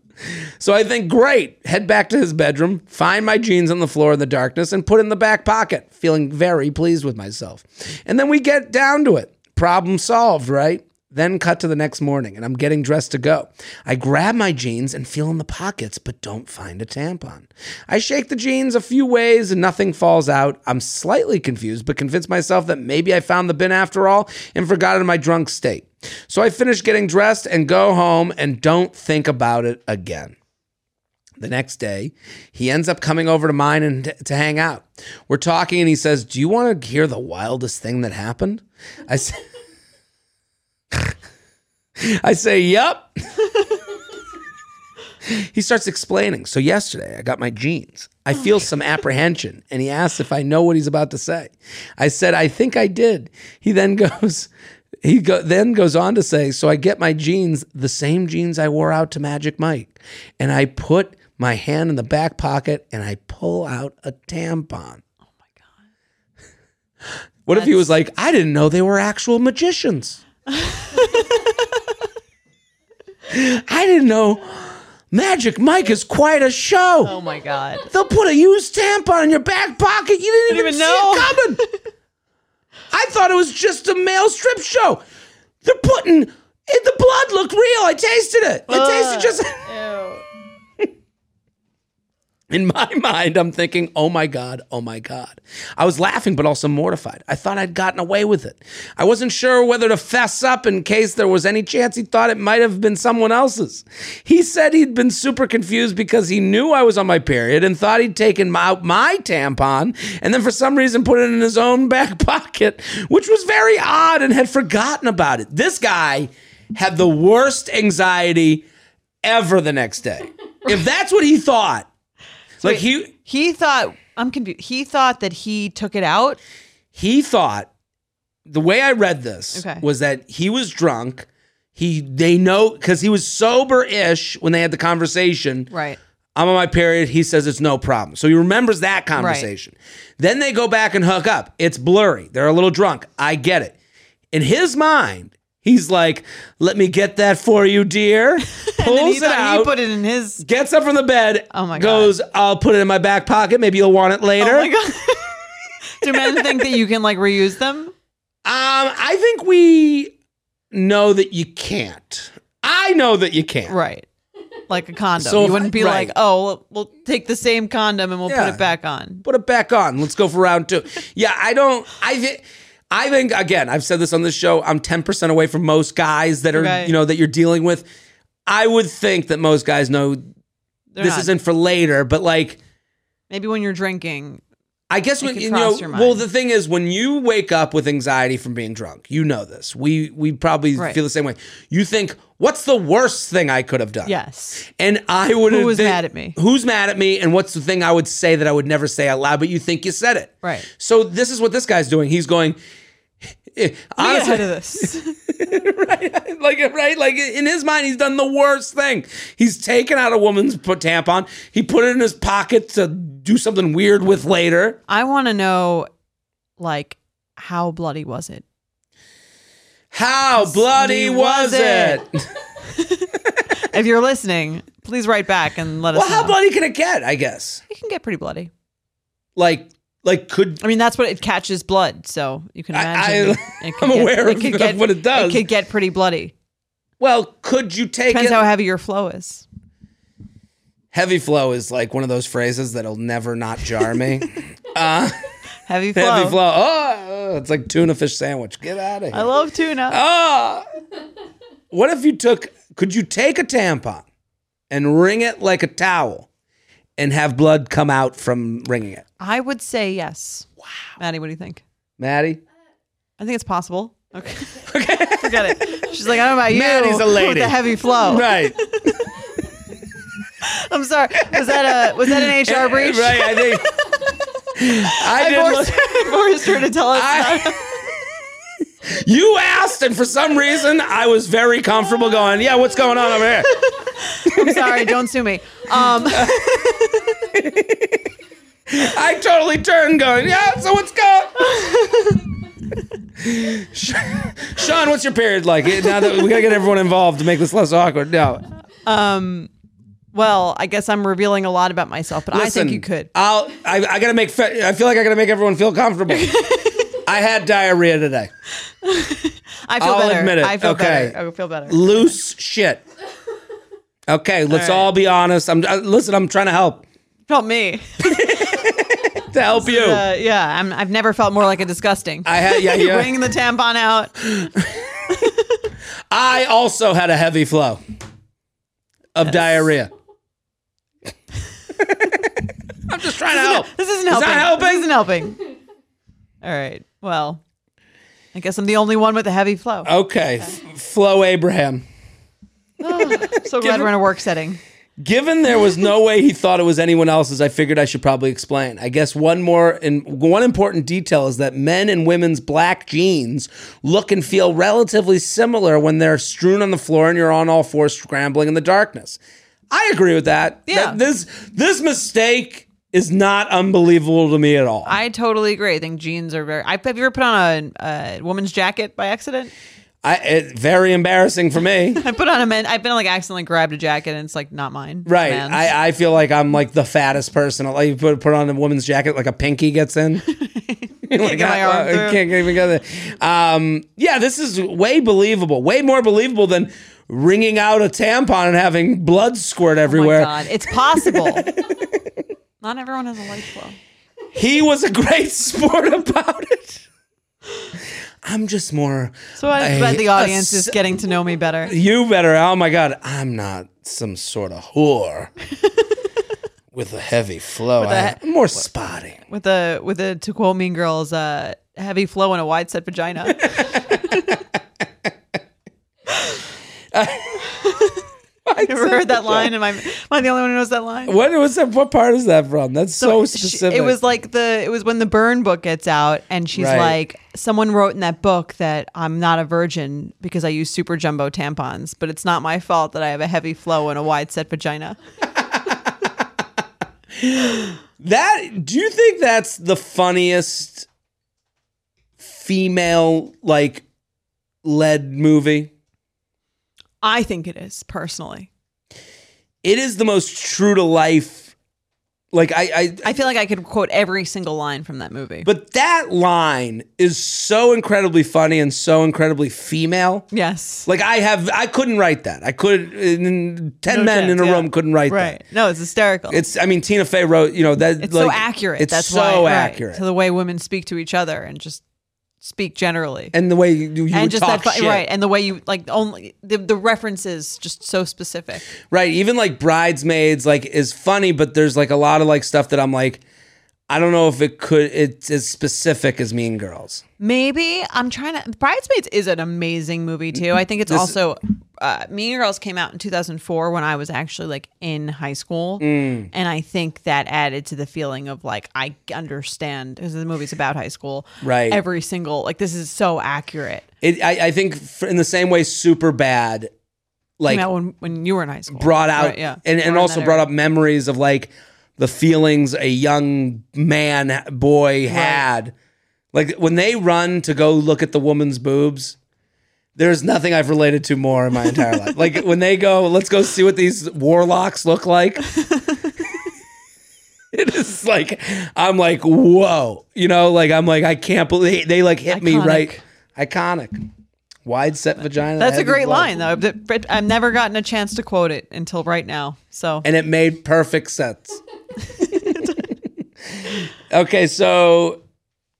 B: So I think, great. Head back to his bedroom, find my jeans on the floor in the darkness, and put in the back pocket. Feeling very pleased with myself. And then we get down to it. Problem solved, right? Then cut to the next morning, and I'm getting dressed to go. I grab my jeans and feel in the pockets, but don't find a tampon. I shake the jeans a few ways and nothing falls out. I'm slightly confused, but convince myself that maybe I found the bin after all and forgot it in my drunk state. So I finish getting dressed and go home and don't think about it again. The next day, he ends up coming over to mine and t- to hang out. We're talking, and he says, "Do you want to hear the wildest thing that happened?" I say, I say, "Yup." he starts explaining. So yesterday, I got my jeans. I feel some apprehension, and he asks if I know what he's about to say. I said, "I think I did." He then goes. He go, then goes on to say, "So I get my jeans, the same jeans I wore out to Magic Mike, and I put my hand in the back pocket and I pull out a tampon." Oh my god! what if he was like, "I didn't know they were actual magicians. I didn't know." Magic Mike is quite a show.
A: Oh my god.
B: They'll put a used tampon in your back pocket. You didn't, even,
A: even
B: know. see it coming. I thought it was just a male strip show. They're putting it, the blood looked real. I tasted it. It tasted just. In my mind, I'm thinking, oh my God, oh my God. I was laughing, but also mortified. I thought I'd gotten away with it. I wasn't sure whether to fess up in case there was any chance he thought it might have been someone else's. He said he'd been super confused because he knew I was on my period and thought he'd taken my- out my tampon and then for some reason put it in his own back pocket, which was very odd and had forgotten about it. This guy had the worst anxiety ever the next day. If that's what he thought, like he
A: He thought I'm confused. He thought that he took it out.
B: he thought the way I read this
A: Okay.
B: was that he was drunk. He they know because he was sober ish when they had the conversation.
A: Right.
B: I'm on my period. He says it's no problem. So he remembers that conversation. Then they go back and hook up. It's blurry. They're a little drunk. I get it. In his mind, he's like, "Let me get that for you, dear."
A: And he
B: Pulls it
A: thought
B: out.
A: he put it in his
B: gets up from the bed.
A: Oh my God.
B: Goes. I'll put it in my back pocket. Maybe you'll want it later.
A: Oh my god. Do men think that you can like reuse them?
B: Um, I think we know that you can't. I know that you can't.
A: Right. Like a condom.
B: So if
A: you wouldn't
B: I-
A: be
B: right.
A: like, "Oh, well, we'll take the same condom and we'll
B: Yeah.
A: put it back on."
B: Put it back on. Let's go for round two. yeah, I don't. I think. I think again. I've said this on this show. I'm 10 percent away from most guys that are
A: Okay.
B: you know that you're dealing with. I would think that most guys know
A: They're
B: this
A: not.
B: isn't for later, but like
A: Maybe when you're drinking.
B: I guess when
A: could
B: you know.
A: cross your
B: Well,
A: mind.
B: the thing is, when you wake up with anxiety from being drunk, you know this. We we probably
A: Right.
B: feel the same way. You think, what's the worst thing I could have done?
A: Yes.
B: And I would
A: Who was mad at me?
B: Who's mad at me? And what's the thing I would say that I would never say out loud, but you think you said it?
A: Right.
B: So this is what this guy's doing. He's going. eh,
A: Let me get
B: Honestly,
A: ahead of this.
B: right? Like, right? Like, in his mind, he's done the worst thing. He's taken out a woman's p- tampon. He put it in his pocket to do something weird with later.
A: I want to know like how bloody was it?
B: How bloody
A: Bloody
B: was
A: was
B: it?
A: If you're listening, please write back and let us
B: well, how
A: know.
B: bloody can it get? I guess.
A: it can get pretty bloody.
B: Like, like could
A: I mean, that's what it catches blood, so you can
B: I-
A: imagine.
B: I-
A: it
B: I'm aware of- of what it does.
A: It could get pretty bloody.
B: well, could you take
A: Depends
B: it?
A: how heavy your flow is.
B: Heavy flow is like one of those phrases that'll never not jar me.
A: Heavy flow.
B: Heavy flow. Oh, it's like tuna fish sandwich. Get out of
A: I
B: here.
A: love tuna.
B: Ah. What if you took? Could you take a tampon and wring it like a towel, and have blood come out from wringing it?
A: I would say yes. Wow. Maddie, what do you think?
B: Maddie,
A: I think it's possible. Okay. Forget it. She's like, I don't know about you.
B: Maddie's a
A: With
B: lady.
A: the heavy flow.
B: right?
A: I'm sorry. Was that a was that an HR breach?
B: right? I think I,
A: I
B: did.
A: forced,
B: look-
A: I forced her to tell us. not-
B: I- you asked, and for some reason, I was very comfortable going. Yeah, what's going on over here?
A: I'm sorry. Don't sue me. Um,
B: I totally turned going, yeah, so what's going Sh- Sean, what's your period like? Eh, Now that we gotta get everyone involved to make this less awkward. No.
A: um, well, I guess I'm revealing a lot about myself, but I think you could.
B: I'll I, I gotta make fe- I feel like I gotta make everyone feel comfortable. I had diarrhea today.
A: I feel
B: I'll
A: better.
B: admit it.
A: I feel
B: Okay.
A: better. I feel better.
B: Loose shit. Okay, let's
A: All right.
B: all be honest. I'm uh, listen, I'm trying to help.
A: Felt me.
B: To help you.
A: Uh, yeah, I'm, I've never felt more like a disgusting.
B: I had yeah, yeah.
A: Bring the tampon out.
B: I also had a heavy flow of diarrhea. I'm just trying to help.
A: This isn't
B: Is
A: helping.
B: that helping?
A: This isn't helping. All right. Well, I guess I'm the only one with a heavy flow.
B: Okay, F- Flo Abraham.
A: Ah, so glad we're in a work setting.
B: Given there was no way he thought it was anyone else's, I figured I should probably explain. I guess one more and one important detail is that men and women's black jeans look and feel relatively similar when they're strewn on the floor and you're on all fours scrambling in the darkness. I agree with that.
A: Yeah.
B: That- this this mistake is not unbelievable to me at all.
A: I totally agree. I think jeans are very. I, have you ever put on a, a woman's jacket by accident?
B: I, it's very embarrassing for me.
A: I put on a man. I've been like accidentally grabbed a jacket and it's like not mine. It's
B: Right.
A: man's.
B: I, I feel like I'm like the fattest person. Like you put put on a woman's jacket, like a pinky gets in. like,
A: get my
B: I-
A: arm
B: I
A: through.
B: can't even go there. Um, yeah, this is way believable, way more believable than wringing out a tampon and having blood squirt
A: Oh my
B: everywhere.
A: God, it's possible. not everyone has a light flow.
B: he was a great sport about it. I'm just more.
A: So I
B: a-
A: bet the
B: a
A: audience is
B: s-
A: getting to know me better.
B: You better. Oh my God. I'm not some sort of whore with a heavy flow. I,
A: a-
B: I'm more spotty.
A: with a with a to quote Mean Girls, uh, heavy flow and a wide set vagina. you ever heard that line? Am I am I the only one who knows that line?
B: What was that? What part is that from? That's so,
A: She-
B: specific.
A: it was like the it was when the burn book gets out and she's
B: Right.
A: like someone wrote in that book that I'm not a virgin because I use super jumbo tampons but it's not my fault that I have a heavy flow and a wide set vagina.
B: that. Do you think that's the funniest female like led movie?
A: I think it is personally.
B: It is the most true to life. Like I, I,
A: I feel like I could quote every single line from that movie.
B: but that line is so incredibly funny and so incredibly female.
A: yes.
B: Like I have, I couldn't write that. I could, in ten
A: No
B: men
A: chance,
B: in a
A: yeah.
B: room couldn't write
A: Right.
B: that.
A: No, it's hysterical. It's,
B: It's, I mean, Tina Fey wrote, you know, that. It's
A: so accurate.
B: It's
A: That's
B: so
A: why, right,
B: accurate.
A: to the way women speak to each other and just speak generally.
B: and the way you, you would talk
A: fu-
B: shit.
A: right, and the way you like only the, the references just so specific.
B: Right. Even like bridesmaids, like is funny, but there's like a lot of like stuff that I'm like, I don't know if it could. It's as specific as Mean Girls.
A: Maybe I'm trying to. Bridesmaids is an amazing movie too. I think it's also uh, Mean Girls came out in 2004 when I was actually like in high school, and I think that added to the feeling of like I understand because the movie's about high school.
B: Right.
A: Every single like this is so accurate.
B: It. I, I think f in the same way, Super Bad, like
A: Came out when when you were in high school.
B: brought out
A: Right, yeah,
B: and, and
A: Or in
B: also
A: that
B: brought
A: era.
B: up memories of like the feelings a young man boy had. Like when they run to go look at the woman's boobs, there's nothing I've related to more in my entire life. Like when they go, let's go see what these warlocks look like. it is like I'm like, whoa. You know, like I'm like, I can't believe they like hit me
A: Iconic.
B: right. Iconic. Wide set vagina.
A: That's a
B: heavy
A: great
B: blow.
A: line though. I've- but I've never gotten a chance to quote it until right now. So
B: and it made perfect sense. okay, so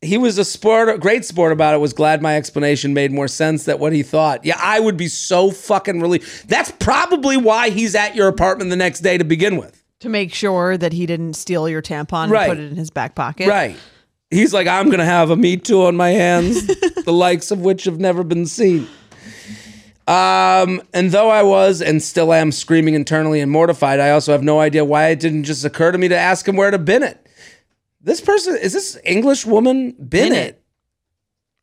B: he was a sport, great sport about it. Was glad my explanation made more sense than what he thought. Yeah, I would be so fucking relieved. That's probably why he's at your apartment the next day to begin with.
A: to make sure that he didn't steal your tampon
B: Right.
A: and put it in his back pocket.
B: Right. He's like, I'm gonna have a Me Too on my hands, the likes of which have never been seen. Um, and though I was and still am screaming internally and mortified, I also have no idea why it didn't just occur to me to ask him where to bin it. This person is this English woman bin
A: Bennett.
B: it.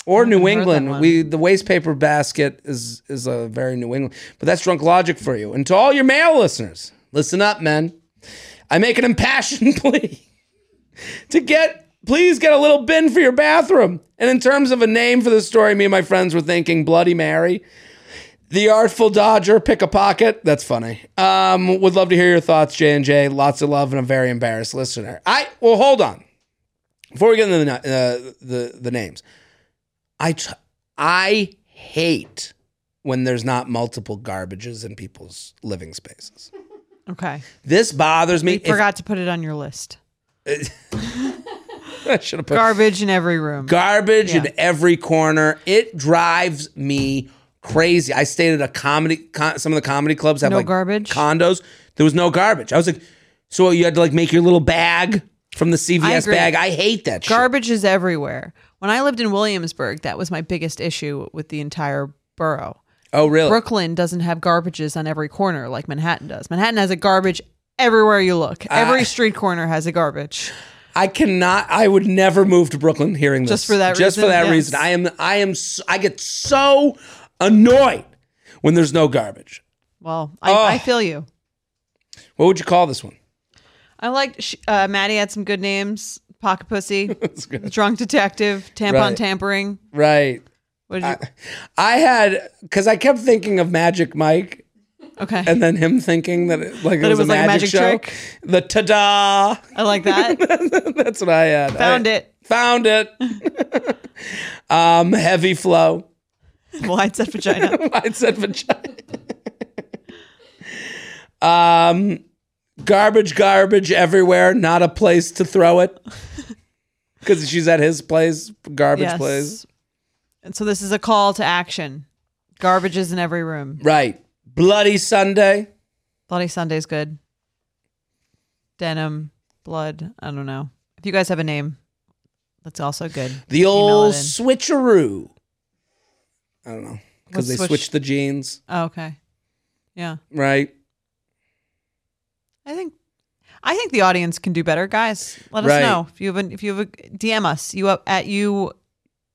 B: Or New
A: heard that
B: England.
A: one.
B: We the waste paper basket is is a very New England. But that's drunk logic for you. And to all your male listeners, listen up, men. I make an impassioned plea to get please get a little bin for your bathroom. And in terms of a name for the story, me and my friends were thinking Bloody Mary. The Artful Dodger, pick a pocket. That's funny. Um, would love to hear your thoughts, J and J. Lots of love and a very embarrassed listener. I well, hold on. Before we get into the uh, the the names, I t- I hate when there's not multiple garbages in people's living spaces.
A: Okay.
B: This bothers me.
A: We forgot to put it on your list.
B: I should have put
A: Garbage in every room.
B: garbage
A: Yeah.
B: in every corner. It drives me crazy. I stayed at a comedy. Con- some of the comedy clubs have
A: No
B: like
A: garbage?
B: condos. There was no garbage. I was like, so you had to like make your little bag. from the CVS
A: agree.
B: bag. I hate that shit.
A: Garbage is everywhere. When I lived in Williamsburg, that was my biggest issue with the entire borough.
B: oh, really?
A: Brooklyn doesn't have garbages on every corner like Manhattan does. Manhattan has a garbage everywhere you look. Every street corner has a garbage.
B: I cannot. I would never move to Brooklyn hearing this.
A: Just for that
B: Just for
A: reason,
B: that
A: yes.
B: reason. I am. I am. s- I get so annoyed when there's no garbage.
A: Well, I,
B: Oh.
A: I feel you.
B: What would you call this one?
A: I liked sh- uh, Maddie had some good names. Pocket pussy,
B: It's good.
A: drunk detective, tampon
B: Right.
A: tampering.
B: Right.
A: What did you?
B: I had because I kept thinking of Magic Mike,
A: okay,
B: and then him thinking that it, like it
A: it
B: was,
A: was
B: a
A: like a
B: magic,
A: magic
B: show.
A: trick?
B: The ta-da!
A: I like that.
B: That's what I had.
A: Found it.
B: Found it. um, heavy flow.
A: Well, I said vagina.
B: I said vagina. um, garbage, garbage everywhere. Not a place to throw it. Because she's at his place, garbage
A: yes.
B: place.
A: And so this is a call to action. Garbage is in every room.
B: Right. Bloody Sunday.
A: Bloody Sunday's good. Denim, blood. I don't know. If you guys have a name, that's also good.
B: The old
A: it in.
B: switcheroo. I don't know. Because
A: What's
B: they
A: switch-
B: switched the jeans,
A: Oh, okay. Yeah.
B: right?
A: I think I think the audience can do better, guys. Let
B: Right.
A: us know if you have an, if you have a DM us you up at you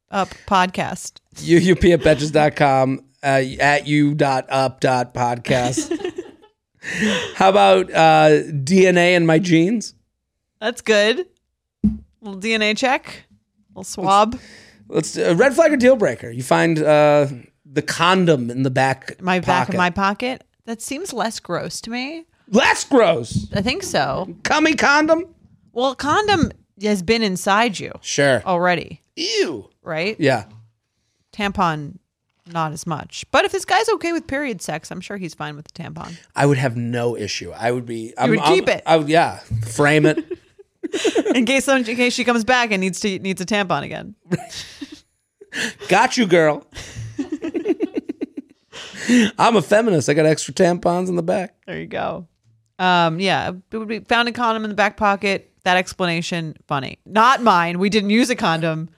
A: up podcast.
B: UUP at betches.com, uh, at you dot up dot podcast. How about uh, DNA in my jeans?
A: That's good. Little DNA check, little swab.
B: Let's uh, red flag or deal breaker. You find uh, the condom in the back.
A: my back
B: pocket.
A: of my pocket. That seems less gross to me.
B: Less gross.
A: I think so.
B: Cummy condom.
A: Well, condom has been inside you
B: Sure.
A: Oh. already,
B: Ew.
A: right?
B: Yeah.
A: Tampon, not as much. But if this guy's okay with period sex, I'm sure he's fine with the tampon.
B: I would have no issue. I would be. I
A: would keep it.
B: I would, yeah. Frame it.
A: In case some, in case she comes back and needs to needs a tampon again.
B: Got you, girl. I'm a feminist. I got extra tampons in the back.
A: There you go. Um, yeah, it would be found a condom in the back pocket. That explanation, funny. Not mine. We didn't use a condom.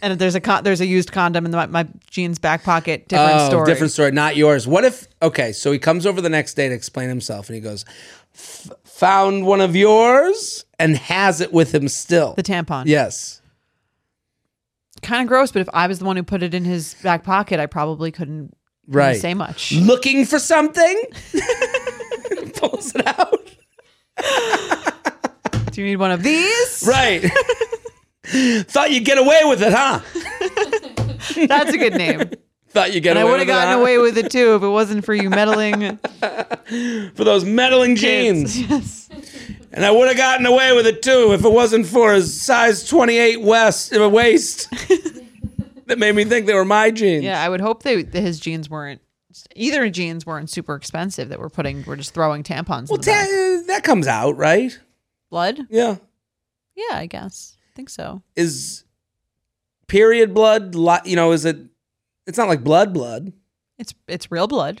A: And there's a con- there's a used condom in the, my, my jeans back pocket. Different
B: Oh,
A: story.
B: different story. Not yours. What if? Okay, so he comes over the next day to explain himself, and he goes, "F- "Found one of yours," and has it with him still.
A: The tampon.
B: yes.
A: kind of gross, but if I was the one who put it in his back pocket, I probably couldn't couldn't
B: Right. Mm.
A: say much.
B: Looking for something. Pulls it out.
A: Do you need one of these?
B: Right. Thought you'd get away with it, huh?
A: That's a good name.
B: Thought you'd get
A: And I
B: away
A: would
B: with
A: have
B: it. huh?
A: gotten away with it too if it wasn't for you meddling
B: for those meddling
A: kids.
B: jeans.
A: Yes.
B: And I would have gotten away with it too if it wasn't for his size 28 west uh, waist that made me think they were my jeans.
A: Yeah, I would hope they, that his jeans weren't either jeans weren't super expensive that we're putting we're just throwing tampons
B: Well,
A: in the
B: ta-
A: back.
B: uh, that comes out, right?
A: blood.
B: Yeah.
A: Yeah, I guess. I think so.
B: Is period blood, li- you know, is it, it's not like blood blood.
A: It's it's real blood.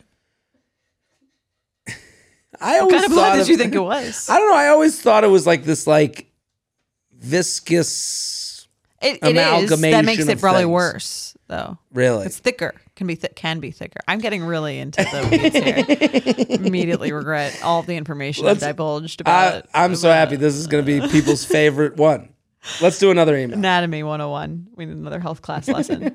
B: I
A: What
B: always
A: kind of blood
B: thought
A: did
B: of-
A: you think it was?
B: I don't know. I always thought it was like this, like viscous,
A: It, it is. That
B: Amalgamation
A: makes
B: of
A: it probably
B: things.
A: worse though.
B: really.
A: It's thicker. Can be th- can be thicker. I'm getting really into the weeds here. Immediately regret all the information
B: Let's-
A: I divulged about
B: I, I'm so happy. This is going to be people's favorite one. Let's do another email.
A: anatomy 101. We need another health class lesson.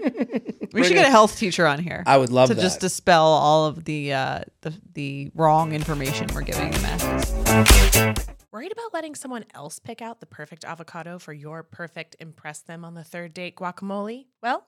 A: we should get a health teacher on here.
B: I would love
A: to
B: that.
A: just dispel all of the uh, the the wrong information we're giving the masses.
C: Worried about letting someone else pick out the perfect avocado for your perfect impress them on the third date guacamole? Well,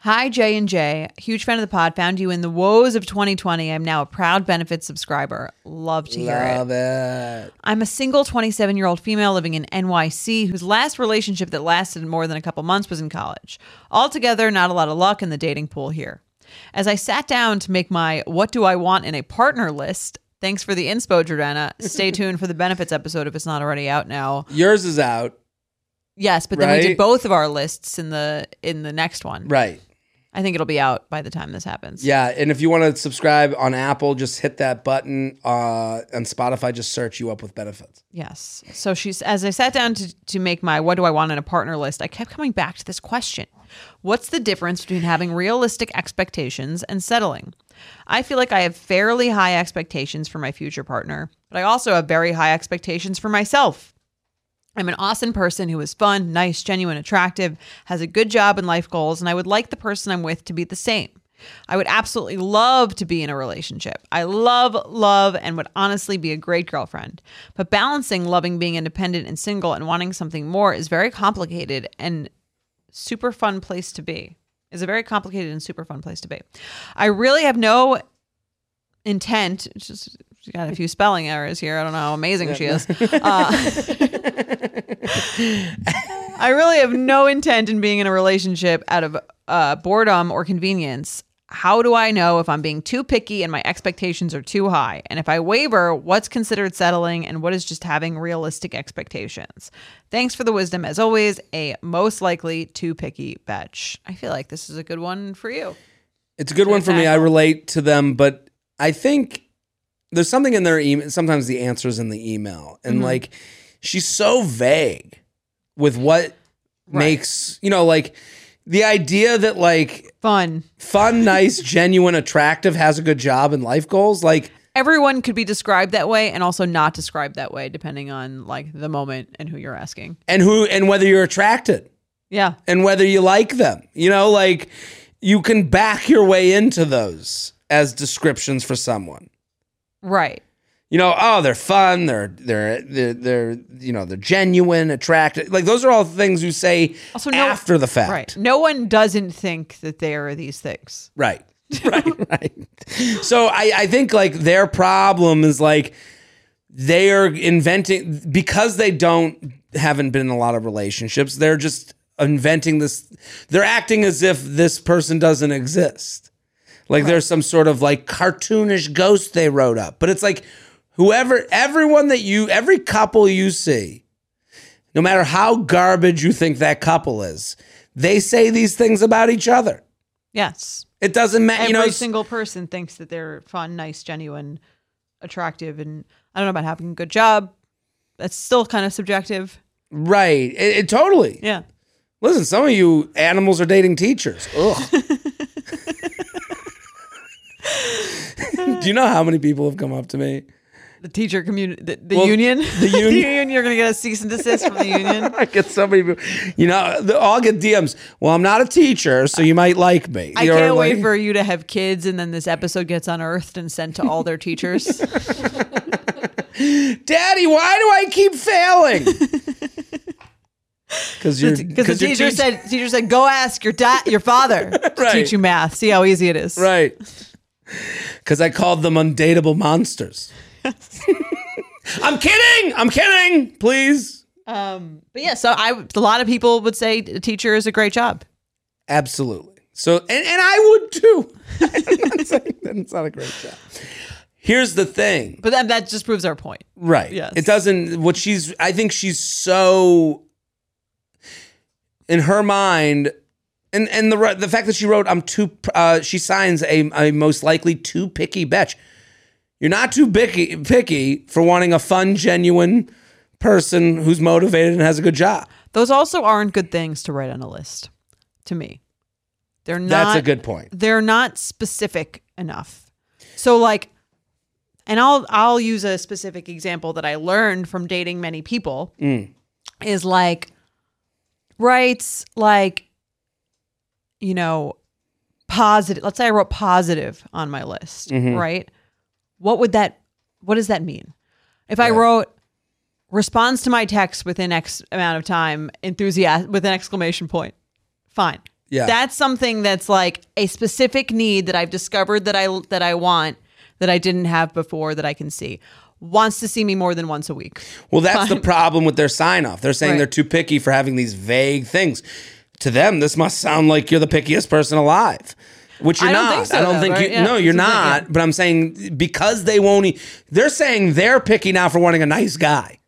A: Hi J and J, huge fan of the pod. Found you in the woes of 2020. I'm now a proud benefit subscriber. Love to hear it.
B: Love it.
A: I'm a single 27 year old female living in NYC whose last relationship that lasted more than a couple months was in college. Altogether, not a lot of luck in the dating pool here. As I sat down to make my what do I want in a partner list, thanks for the inspo, Jordana. Stay tuned for the benefits episode if it's not already out now.
B: Yours is out.
A: Yes, but then we
B: Right.
A: did both of our lists in the in the next one.
B: Right.
A: I think it'll be out by the time this happens.
B: Yeah. And if you want to subscribe on Apple, just hit that button. Uh, on Spotify, just search you up with benefits.
A: Yes. So she's as I sat down to, to make my what do I want in a partner list, I kept coming back to this question. What's the difference between having realistic expectations and settling? I feel like I have fairly high expectations for my future partner, but I also have very high expectations for myself. I'm an awesome person who is fun, nice, genuine, attractive, has a good job and life goals, and I would like the person I'm with to be the same. I would absolutely love to be in a relationship. I love, love, and would honestly be a great girlfriend. But balancing loving being independent and single and wanting something more is very complicated and super fun place to be. Is a very complicated and super fun place to be. I really have no intent. it's Just she got a few spelling errors here. I don't know how amazing she is. I really have no intent in being in a relationship out of uh, boredom or convenience. How do I know if I'm being too picky and my expectations are too high? And if I waver, what's considered settling and what is just having realistic expectations? Thanks for the wisdom. As always, a most likely too picky batch. I feel like this is a good one for you.
B: It's a good one for me. I relate to them, but I think there's something in their email. Sometimes the answer's in the email. And like, she's so vague with what makes, you know, like the idea that like
A: Fun.
B: fun, nice, genuine, attractive, has a good job and life goals. Like,
A: Everyone could be described that way and also not described that way, depending on like the moment and who you're asking.
B: and who, and whether you're attracted.
A: Yeah.
B: and whether you like them. You know, like you can back your way into those as descriptions for someone.
A: Right.
B: You know, oh, they're fun, they're they're they're, they're you know, they're genuine, attractive. Like those are all things you say
A: Also, no-
B: after the fact.
A: Right. No one doesn't think that they are these things.
B: Right. Right. right. So I, I think like their problem is like they are inventing because they don't haven't been in a lot of relationships, they're just inventing this they're acting as if this person doesn't exist. Like there's some sort of like cartoonish ghost they wrote up. But it's like whoever everyone that you every couple you see, no matter how garbage you think that couple is, they say these things about each other.
A: Yes.
B: It doesn't matter,
A: Every
B: you know. s-
A: single person thinks that they're fun, nice, genuine, attractive, and I don't know about having a good job. That's still kind of subjective.
B: Right. It, it totally.
A: Yeah.
B: Listen, some of you animals are dating teachers. Ugh. Do you know how many people have come up to me?
A: The teacher community, the, the
B: Well,
A: union.
B: the union-
A: You're going to get a cease and desist from the union.
B: I get so many people. You know, the- I'll get DMs. Well, I'm not a teacher, so you might like me.
A: I
B: You know,
A: can't
B: like-
A: wait for you to have kids and then this episode gets unearthed and sent to all their teachers.
B: Daddy, why do I keep failing? Because you're
A: Because the
B: you're
A: teacher
B: teach-
A: said, teacher said, go ask your da- your father to
B: Right.
A: teach you math. See how easy it is.
B: Right. Because I called them undateable monsters. I'm kidding. I'm kidding. Please.
A: Um, but yeah, so I a lot of people would say a teacher is a great job.
B: Absolutely. So, and, and I would too. I'm not saying that it's not a great job. Here's the thing.
A: But that, that just proves our point.
B: Right.
A: Yes.
B: It doesn't, what she's, I think she's so, in her mind, and, and the, the fact that she wrote, I'm too, uh, she signs a, a most likely too picky bitch. You're not too picky, picky for wanting a fun, genuine person who's motivated and has a good job.
A: Those also aren't good things to write on a list to me. They're not
B: That's a good point.
A: they're not specific enough. So like and I'll I'll use a specific example that I learned from dating many people
B: Mm.
A: is like writes like you know positive let's say I wrote positive on my list,
B: Mm-hmm.
A: right? What would that what does that mean? If I wrote responds to my text within X amount of time, enthusiastic with an exclamation point. Fine.
B: Yeah.
A: That's something that's like a specific need that I've discovered that I that I want that I didn't have before that I can see. Wants to see me more than once a week.
B: Well, that's the problem with their sign off. They're saying
A: Right.
B: they're too picky for having these vague things. To them, this must sound like you're the pickiest person alive, which you're
A: I don't
B: not.
A: think so,
B: I don't
A: though,
B: think
A: right?
B: you.
A: Yeah,
B: no, you're
A: that's what I'm
B: not.
A: thinking.
B: But I'm saying because they won't. E- they're saying they're picky now for wanting a nice guy.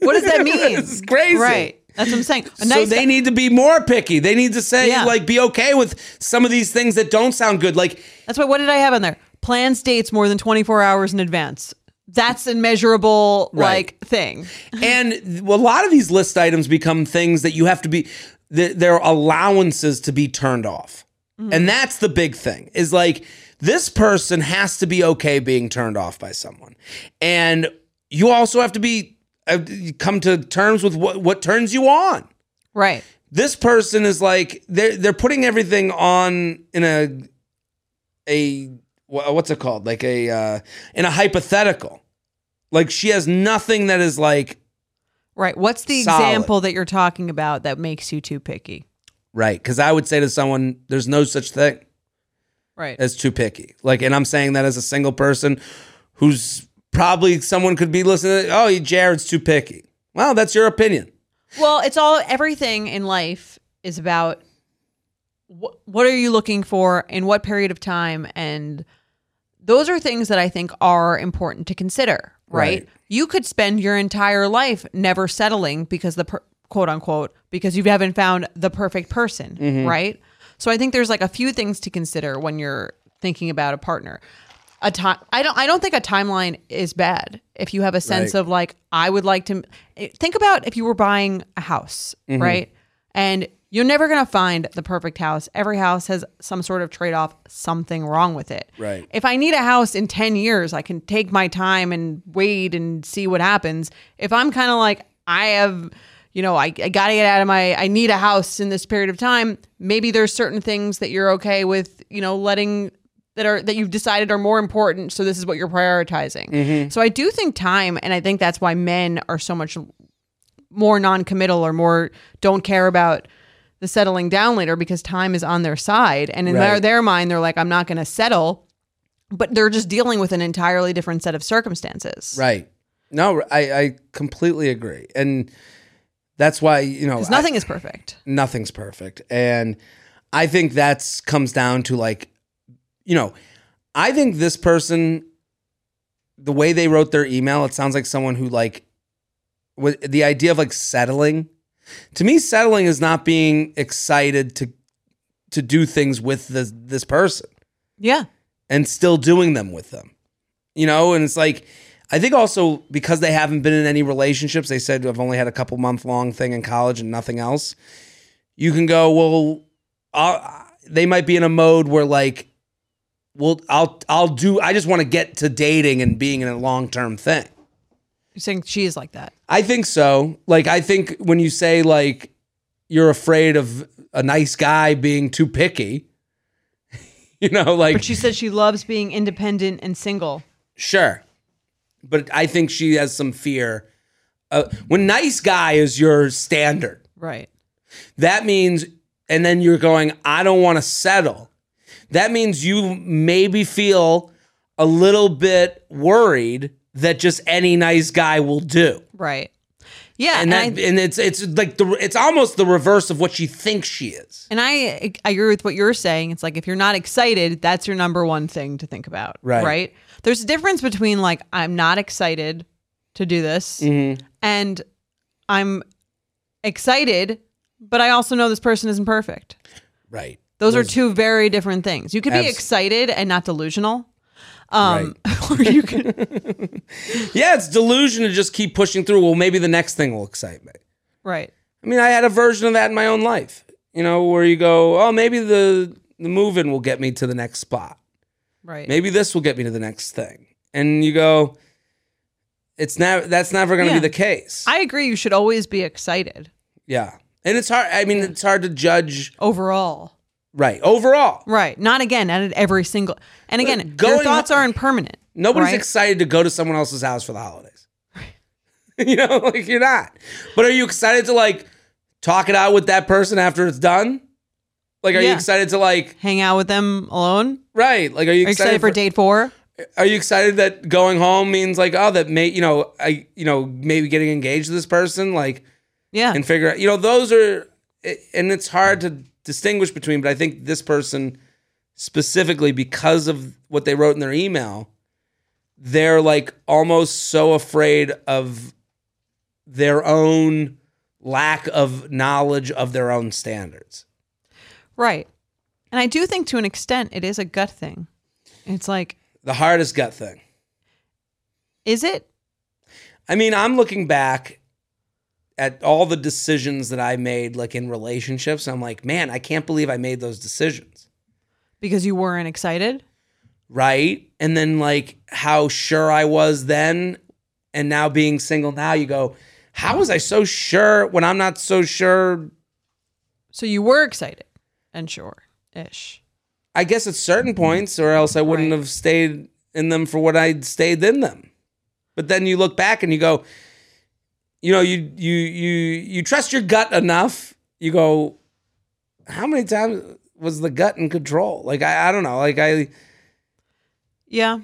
A: What does that mean?
B: It's crazy.
A: Right. That's what I'm saying. A
B: so
A: nice
B: they
A: guy-
B: need to be more picky. They need to say
A: Yeah.
B: like be okay with some of these things that don't sound good. Like
A: That's why. What did I have on there? Plans dates more than 24 hours in advance. That's an measurable
B: Right.
A: like thing.
B: and th- a lot of these list items become things that you have to be th- their allowances to be turned off and that's the big thing is like this person has to be okay being turned off by someone and you also have to be uh, come to terms with what, what turns you on
A: Right.
B: this person is like they're they're putting everything on in a a wha- what's it called like a uh, in a hypothetical like she has nothing that is like
A: Right. What's the
B: Solid.
A: example that you're talking about that makes you too picky?
B: Right. Because I would say to someone, there's no such thing
A: Right.
B: as too picky. Like, and I'm saying that as a single person who's probably someone could be listening, to, oh, Jared's too picky. Well, that's your opinion.
A: Well, it's all everything in life is about what what are you looking for in what period of time and those are things that I think are important to consider, right?
B: Right.
A: You could spend your entire life never settling because the per, quote unquote because you haven't found the perfect person, right? So I think there's like a few things to consider when you're thinking about a partner. A time I don't I don't think a timeline is bad if you have a sense
B: Right.
A: of like I would like to eh, think about if you were buying a house, right? And you're never going to find the perfect house. Every house has some sort of trade off, something wrong with it.
B: Right.
A: If I need a house in 10 years, I can take my time and wait and see what happens. If I'm kind of like, I have, you know, I, I got to get out of my, I need a house in this period of time, maybe there's certain things that you're okay with, you know, letting that are that you've decided are more important so this is what you're prioritizing
B: Mm-hmm.
A: so i do think time and i think that's why men are so much more non-committal or more don't care about the settling down later because time is on their side and in their,
B: Right.
A: their mind they're like i'm not going to settle but they're just dealing with an entirely different set of circumstances
B: Right. No, I, I completely agree. And that's why, you know,
A: because
B: I-
A: nothing is perfect
B: nothing's perfect and i think that's comes down to like you know i think this person the way they wrote their email it sounds like someone who like with the idea of like settling to me settling is not being excited to to do things with this this person
A: yeah
B: and still doing them with them. You know, and it's like I think also because they haven't been in any relationships, they said I've only had a couple month long thing in college and nothing else. You can go, well, i they might be in a mode where like, well, I'll I'll do. I just want to get to dating and being in a long term thing.
A: you're saying she is like that
B: I think so. Like I think when you say like you're afraid of a nice guy being too picky, you know, like
A: but she says she loves being independent and single
B: Sure. But I think she has some fear. Uh, when nice guy is your standard,
A: right
B: that means, and then you're going, I don't want to settle. That means you maybe feel a little bit worried that just any nice guy will do.
A: right yeah
B: And that,
A: I-
B: and it's it's like the it's almost the reverse of what she thinks she is.
A: And I, I agree with what you're saying. It's like if you're not excited, that's your number one thing to think about.
B: Right.
A: Right. There's a difference between like I'm not excited to do this and I'm excited, but I also know this person isn't perfect.
B: Right.
A: Those are two very different things. You could be
B: Abs-
A: excited and not delusional. Um, or you could,
B: Yeah, it's delusion to just keep pushing through. Well, maybe the next thing will excite me.
A: right.
B: I mean, I had a version of that in my own life. You know, where you go, oh, maybe the the move-in will get me to the next spot.
A: Right.
B: Maybe this will get me to the next thing. And you go, it's never that's never going to
A: Yeah.
B: be the case.
A: I agree. You should always be excited
B: yeah, and it's hard. I mean, it's hard to judge.
A: overall.
B: Right, overall,
A: Right. Not again, not at every single. And again, your
B: going-
A: thoughts are impermanent.
B: nobody's
A: right?
B: excited to go to someone else's house for the holidays. you know, like you're not. But are you excited to like talk it out with that person after it's done? Like, are you
A: Yeah.
B: excited to like
A: Hang out with them alone.
B: right? Like, are you
A: Are you
B: excited,
A: excited for date four?
B: Are you excited that going home means like oh that may you know I you know maybe getting engaged to this person like
A: Yeah.
B: and figure out you know those are and it's hard to distinguish between but i think this person specifically because of what they wrote in their email they're like almost so afraid of their own lack of knowledge of their own standards
A: Right. And I do think to an extent it is a gut thing. It's like,
B: the hardest gut thing
A: is it?
B: I mean, I'm looking back at all the decisions that I made, like in relationships. I'm like, man, I can't believe I made those decisions.
A: Because you weren't excited?
B: Right. And then, like, how sure I was then. And now being single now, you go, how was I so sure when I'm not so sure?
A: So you were excited and sure ish.
B: I guess at certain points, or else I wouldn't
A: Mm-hmm. Right.
B: have stayed in them for what I'd stayed in them. But then you look back and you go, you know, you you you you trust your gut enough. You go, how many times was the gut in control? Like I, I don't know. Like I
A: Yeah.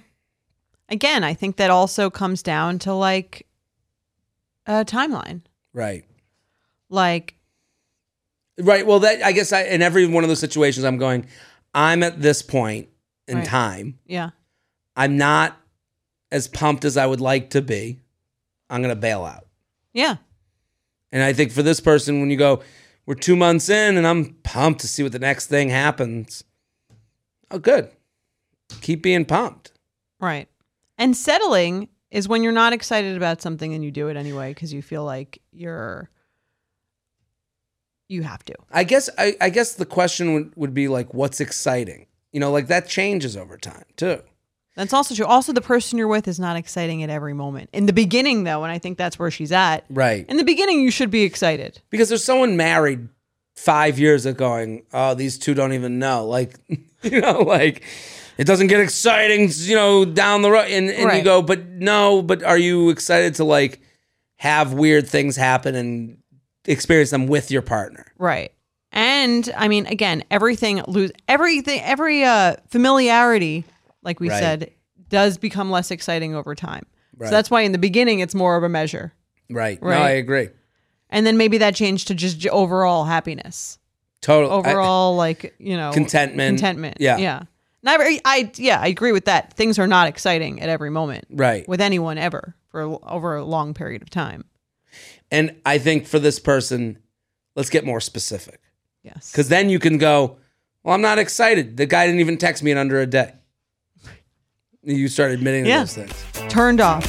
A: Again, I think that also comes down to like a timeline.
B: right.
A: Like,
B: Right. Well, that I guess I, in every one of those situations, I'm going. I'm at this point in
A: Right.
B: time.
A: yeah.
B: I'm not as pumped as I would like to be. I'm gonna bail out.
A: Yeah.
B: And I think for this person, when you go, we're two months in and I'm pumped to see what the next thing happens. Oh, good. Keep being pumped.
A: Right. And settling is when you're not excited about something and you do it anyway because you feel like you're, you have to.
B: I guess I, I guess the question would, would be like, what's exciting? You know, like that changes over time too.
A: That's also true. Also, the person you're with is not exciting at every moment. In the beginning, though, and I think that's where she's at.
B: Right.
A: In the beginning, you should be excited.
B: Because there's someone married five years ago going, oh, these two don't even know. Like, you know, like it doesn't get exciting, you know, down the road. And, and you
A: Right.
B: go, but no, but are you excited to like have weird things happen and experience them with your partner?
A: Right. And I mean, again, everything lose everything every uh familiarity, like we
B: Right.
A: said, does become less exciting over time.
B: Right.
A: So that's why in the beginning it's more of a measure.
B: Right. No,
A: Right.
B: I agree.
A: And then maybe that changed to just j- overall happiness.
B: Totally.
A: Overall like, you know,
B: contentment.
A: contentment.
B: Yeah.
A: Yeah. Not every, I yeah, I agree with that. Things are not exciting at every moment.
B: Right.
A: with anyone ever for a- over a long period of time.
B: And I think for this person, let's get more specific.
A: Yes.
B: Because then you can go, well, I'm not excited. The guy didn't even text me in under a day. You start admitting to
A: Yeah.
B: those things.
A: turned off.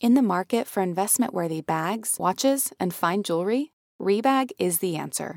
D: In the market for investment worthy bags, watches, and fine jewelry, Rebag is the answer.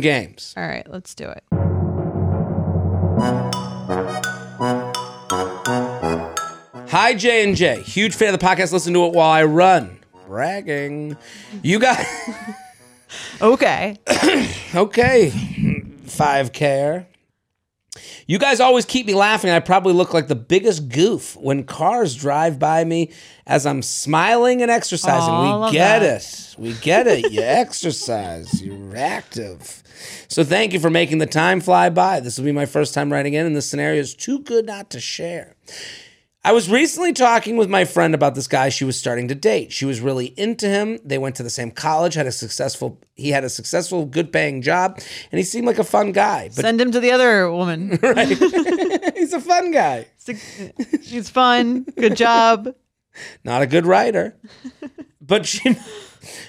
B: games.
A: All right, let's do it.
B: Hi, J and J. Huge fan of the podcast. Listen to it while I run. Bragging. You guys.
A: Okay.
B: Okay. 5K. You guys always keep me laughing. I probably look like the biggest goof when cars drive by me as I'm smiling and exercising.
A: All
B: we
A: of
B: get
A: that.
B: it. We get it. You exercise. You're active. So thank you for making the time fly by. This will be my first time writing in, and this scenario is too good not to share. I was recently talking with my friend about this guy she was starting to date. She was really into him. They went to the same college, had a successful he had a successful, good paying job, and he seemed like a fun guy. But
A: Send him to the other woman.
B: he's a fun guy.
A: She's fun. Good job.
B: Not a good writer. But she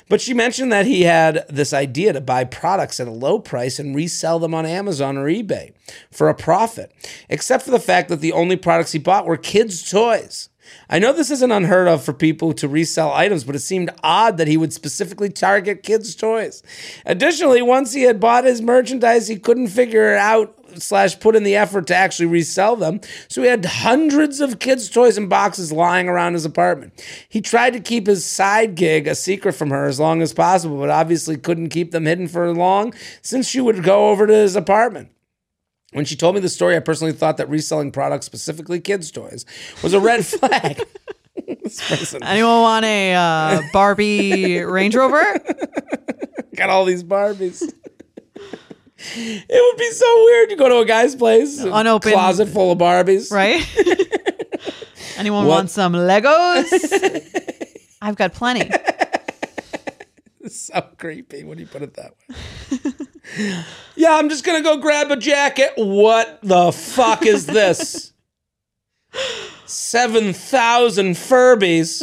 B: but she mentioned that he had this idea to buy products at a low price and resell them on Amazon or eBay for a profit. Except for the fact that the only products he bought were kids' toys. I know this isn't unheard of for people to resell items, but it seemed odd that he would specifically target kids' toys. Additionally, once he had bought his merchandise, he couldn't figure out slash put in the effort to actually resell them. So he had hundreds of kids' toys and boxes lying around his apartment. He tried to keep his side gig a secret from her as long as possible, but obviously couldn't keep them hidden for long since she would go over to his apartment. When she told me the story, I personally thought that reselling products, specifically kids' toys, was a red flag. This person
A: Anyone want a uh, Barbie Range Rover?
B: got all these Barbies. it would be so weird. You go to a guy's place,
A: Unopened.
B: closet full of Barbies.
A: Right? Anyone
B: What?
A: want some Legos? I've got plenty.
B: so creepy when you put it that way. yeah, I'm just gonna go grab a jacket. What the fuck is this? Seven thousand Furbies.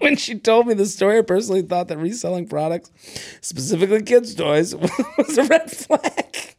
B: when she told me the story, I personally thought that reselling products, specifically kids' toys, was a red flag.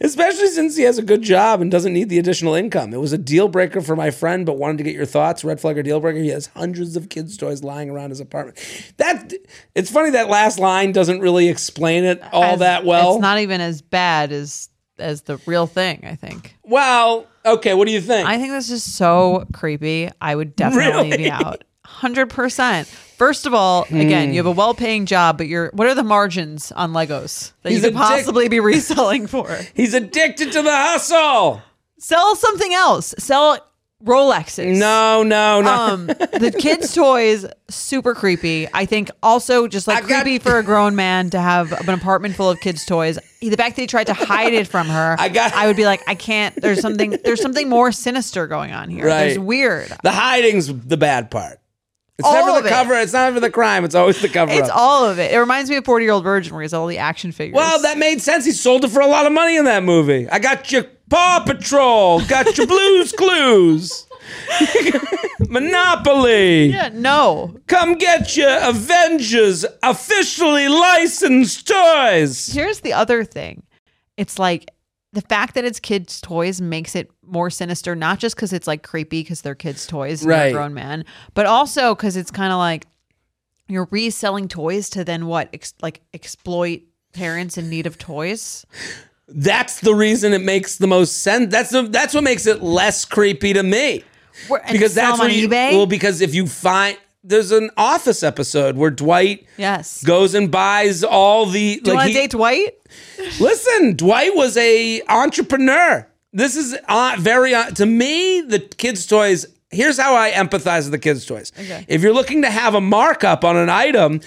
B: Especially since he has a good job and doesn't need the additional income. It was a deal breaker for my friend, but wanted to get your thoughts. Red flag or deal breaker? He has hundreds of kids' toys lying around his apartment. That it's funny that last line doesn't really explain it all
A: As-
B: that well.
A: It's not even as bad as as the real thing, I think.
B: well, okay. What do you think?
A: I think this is so creepy. I would definitely be
B: Really?
A: out. 100%. First of all, again, you have a well-paying job, but you're what are the margins on Legos that
B: He's
A: you could
B: a dick.
A: possibly be reselling for?
B: He's addicted to the hustle.
A: Sell something else. Sell Rolexes.
B: No, no, no.
A: Um, the kids' toys super creepy. I think also just like
B: I got-
A: creepy for a grown man to have an apartment full of kids' toys. The fact that he tried to hide it from her,
B: I got-
A: I would be like, I can't. There's something. There's something more sinister going on here. There's
B: Right.
A: weird.
B: the hiding's the bad part. It's
A: All
B: never
A: of
B: the
A: it.
B: cover. It's never the crime. It's always the cover.
A: It's
B: up.
A: all of it. It reminds me of Forty Year Old Virgin, where he's all the action figures.
B: Well, that made sense. He sold it for a lot of money in that movie. I got your Paw Patrol, got your Blues Clues, Monopoly.
A: Yeah, no.
B: Come get your Avengers officially licensed toys.
A: Here's the other thing. It's like the fact that it's kids' toys makes it more sinister, not just because it's like creepy because they're kids' toys, and they're
B: Right.
A: a grown man, but also because it's kind of like you're reselling toys to then what, ex- like exploit parents in need of toys.
B: That's the reason it makes the most sense. That's the, that's what makes it less creepy to me.
A: Where- and
B: because
A: sell
B: that's
A: them
B: where
A: on
B: you,
A: eBay.
B: well because if you find there's an office episode where Dwight
A: yes.
B: goes and buys all the
A: Do you want
B: like
A: to
B: he-
A: date Dwight?
B: listen Dwight was a entrepreneur this is uh, very uh, to me the kids toys here's how I empathize with the kids toys if you're looking to have a markup on an item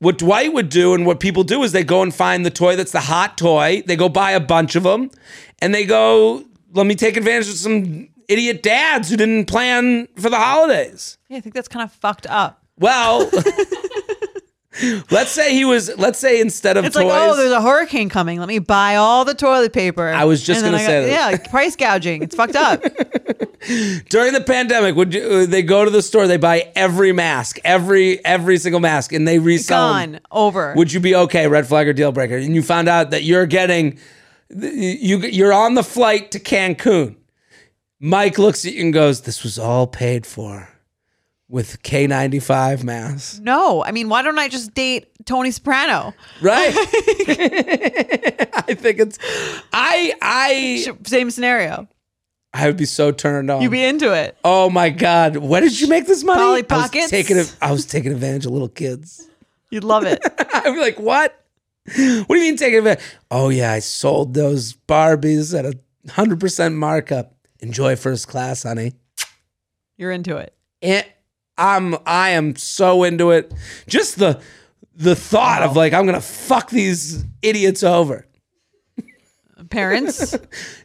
B: what Dwight would do and what people do is they go and find the toy that's the hot toy they go buy a bunch of them and they go let me take advantage of some idiot dads who didn't plan for the holidays
A: Yeah, I think that's kind of fucked up.
B: well, let's say he was. Let's say instead of
A: It's
B: toys,
A: like, oh, there's a hurricane coming. Let me buy all the toilet paper. I
B: was just gonna say that.
A: Yeah, price gouging. It's fucked up.
B: during the pandemic, would you, uh, they go to the store? They buy every mask, every every single mask, and they resell. them.
A: Gone. Over.
B: Would you be okay? Red flag or deal breaker? And you found out that you're getting you you're on the flight to Cancun. Mike looks at you and goes, "This was all paid for with K95 masks,
A: No, I mean, why don't I just date Tony Soprano?
B: right?" I think it's I I
A: Sh- Same scenario.
B: I would be so turned on.
A: You'd be into it.
B: Oh my God! Where did you make this money?
A: Polly
B: I was
A: Pockets?
B: taking, a, I was taking advantage of little kids.
A: You'd love it.
B: I'd be like, "What? What do you mean taking advantage?" Oh yeah, I sold those Barbies at a hundred percent markup. Enjoy first class, honey.
A: You're into it.
B: It, I'm I am so into it. Just the the thought of like I'm gonna fuck these idiots over.
A: Parents,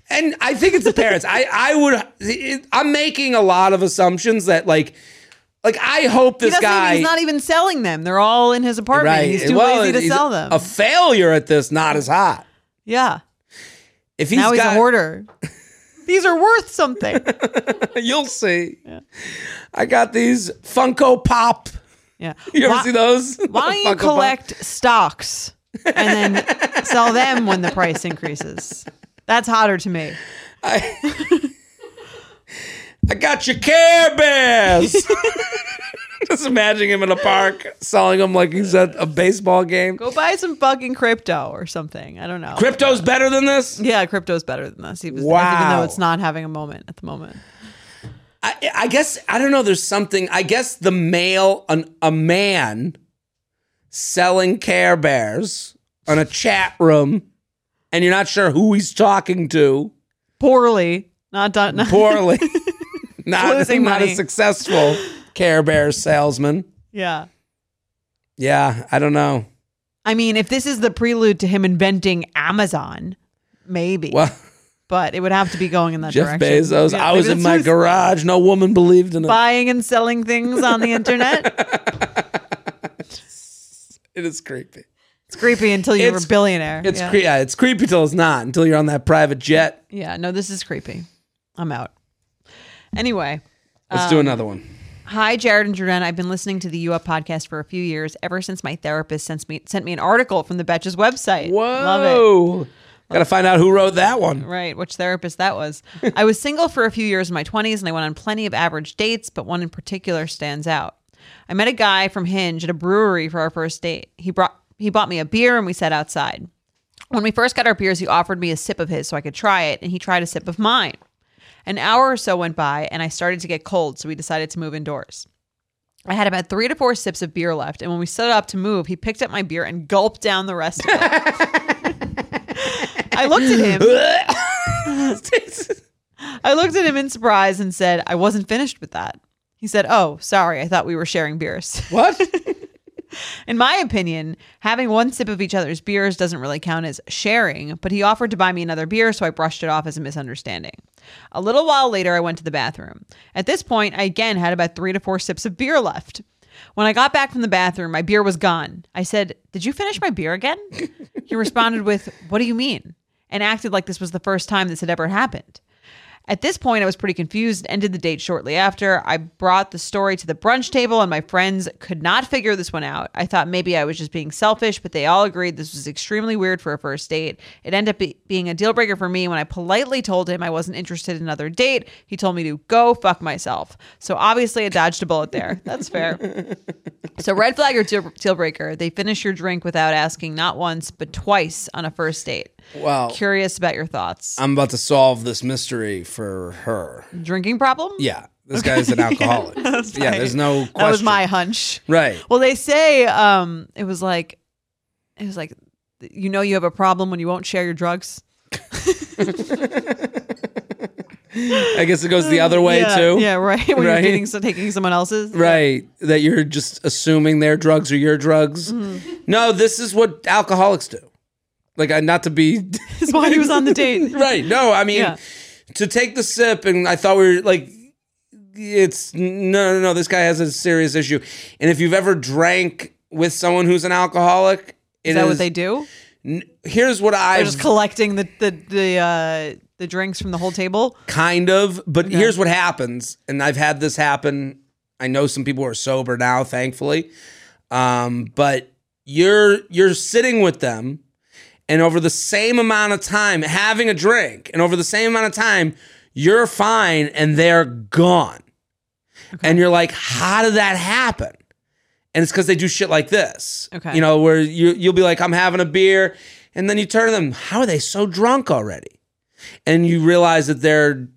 B: And I think it's the parents. I I would. It, I'm making a lot of assumptions that like. Like I hope
A: he
B: this
A: doesn't
B: guy.
A: even, he's not even selling them. They're all in his apartment. He's too
B: Well,
A: lazy to
B: he's
A: sell them.
B: A failure at this, not as hot.
A: yeah.
B: If he's
A: now he's
B: got,
A: a hoarder. These are worth something.
B: you'll see. I got these Funko Pop.
A: Yeah.
B: You ever
A: why,
B: see those?
A: why don't you
B: Funko Pop.
A: collect stocks and then sell them when the price increases? That's hotter to me.
B: I, I got your Care Bears. Just imagining him in a park selling them like he's at a baseball game.
A: Go buy some fucking crypto or something. I don't know.
B: Crypto's better than this.
A: yeah, crypto's better than this. Even, even
B: Wow.
A: though it's not having a moment at the moment.
B: I, I guess I don't know. There's something. I guess the male, an, a man, selling Care Bears on a chat room, and you're not sure who he's talking to.
A: Poorly. Not done. Not,
B: Poorly, not
A: Losing
B: not
A: money.
B: a successful Care Bear salesman.
A: yeah.
B: Yeah, I don't know.
A: I mean, if this is the prelude to him inventing Amazon, maybe.
B: Well,
A: but it would have to be going in that
B: Jeff
A: direction.
B: Bezos.
A: Yeah,
B: I was
A: maybe
B: in
A: that's
B: my
A: who's
B: garage. No woman believed in it.
A: buying and selling things on the internet.
B: It is creepy.
A: It's creepy until you're
B: It's-
A: a billionaire.
B: It's
A: yeah.
B: cre- yeah, it's creepy till it's not. Until you're on that private jet.
A: Yeah, no, this is creepy. I'm out. Anyway,
B: Let's
A: Um,
B: do another one.
A: hi Jared and Jordan. I've been listening to the U Up podcast for a few years, ever since my therapist sent me sent me an article from the Betches website.
B: Whoa.
A: Love it.
B: Got to find out who wrote that one.
A: Right, which therapist that was. I was single for a few years in my 20s and I went on plenty of average dates, but one in particular stands out. I met a guy from Hinge at a brewery for our first date. He brought he bought me a beer and we sat outside. When we first got our beers, he offered me a sip of his so I could try it, and he tried a sip of mine. An hour or so went by and I started to get cold, so we decided to move indoors. I had about three to four sips of beer left, and when we stood up to move, he picked up my beer and gulped down the rest of it. I looked at him I looked at him in surprise and said, I wasn't finished with that. He said, Oh, sorry, I thought we were sharing beers.
B: what?
A: In my opinion, having one sip of each other's beers doesn't really count as sharing, but he offered to buy me another beer, so I brushed it off as a misunderstanding. A little while later, I went to the bathroom. At this point, I again had about three to four sips of beer left. When I got back from the bathroom, my beer was gone. I said, Did you finish my beer again? he responded with, What do you mean? and acted like this was the first time this had ever happened. At this point, I was pretty confused. Ended the date shortly after. I brought the story to the brunch table, and my friends could not figure this one out. I thought maybe I was just being selfish, but they all agreed this was extremely weird for a first date. It ended up be- being a deal breaker for me when I politely told him I wasn't interested in another date. He told me to go fuck myself. So obviously, I dodged a bullet there. That's fair. so, red flag or deal, deal breaker? They finish your drink without asking not once, but twice on a first date.
B: Well,
A: Curious about your thoughts.
B: I'm about to solve this mystery for her.
A: Drinking problem?
B: Yeah, this guy's an alcoholic. yeah, there's no question.
A: That was my hunch.
B: Right.
A: Well, they say um, it was like, it was like, you know, you have a problem when you won't share your drugs.
B: I guess it goes the other way
A: Um, yeah,
B: too.
A: Yeah, right. when
B: Right.
A: you're dating, so taking someone else's.
B: Right. That you're just assuming their drugs are your drugs.
A: Mm-hmm.
B: No, this is what alcoholics do. Like, I not to be.
A: That's why he was on the date.
B: right. No, I mean,
A: Yeah.
B: to take the sip, and I thought we were like, it's no, no, no, this guy has a serious issue. And if you've ever drank with someone who's an alcoholic, it
A: Is that what
B: is-
A: they do?
B: Here's what
A: They're
B: I've
A: just collecting the the the uh, the drinks from the whole table.
B: kind of but here's what happens and i've had this happen i know some people are sober now thankfully um, but you're you're sitting with them and over the same amount of time having a drink and over the same amount of time you're fine and they're gone and you're like how did that happen and it's because they do shit like this
A: Okay.
B: you know where you, you'll be like i'm having a beer and then you turn to them how are they so drunk already and you realize that they're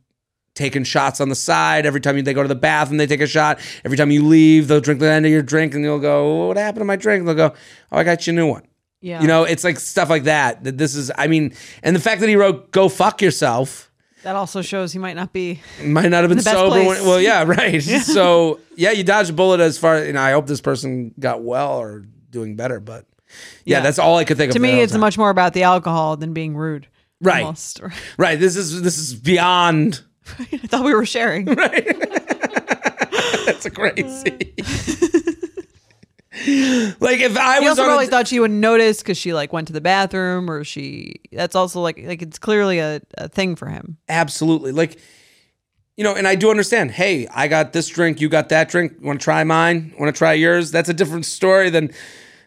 B: taking shots on the side every time you- they go to the bathroom they take a shot every time you leave they'll drink the end of your drink and you'll go what happened to my drink and they'll go oh i got you a new one
A: Yeah.
B: you know it's like stuff like that that this is i mean and the fact that he wrote go fuck yourself
A: That also shows he might not be.
B: might not have been
A: the best
B: sober
A: place.
B: when, well yeah right so yeah you dodged a bullet as far you know i hope this person got well or doing better but yeah,
A: Yeah.
B: that's all i could think
A: To
B: of
A: me,
B: that
A: it's
B: whole time.
A: much more about the alcohol than being rude.
B: Right.
A: Almost.
B: right this is this is beyond
A: I thought we were sharing.
B: That's crazy. like if I
A: He
B: was
A: also
B: on
A: probably
B: a,
A: thought she would notice because she like went to the bathroom or she. That's also like like it's clearly a, a thing for him.
B: absolutely like you know, and I do understand. Hey, I got this drink, you got that drink. Want to try mine? Want to try yours? That's a different story than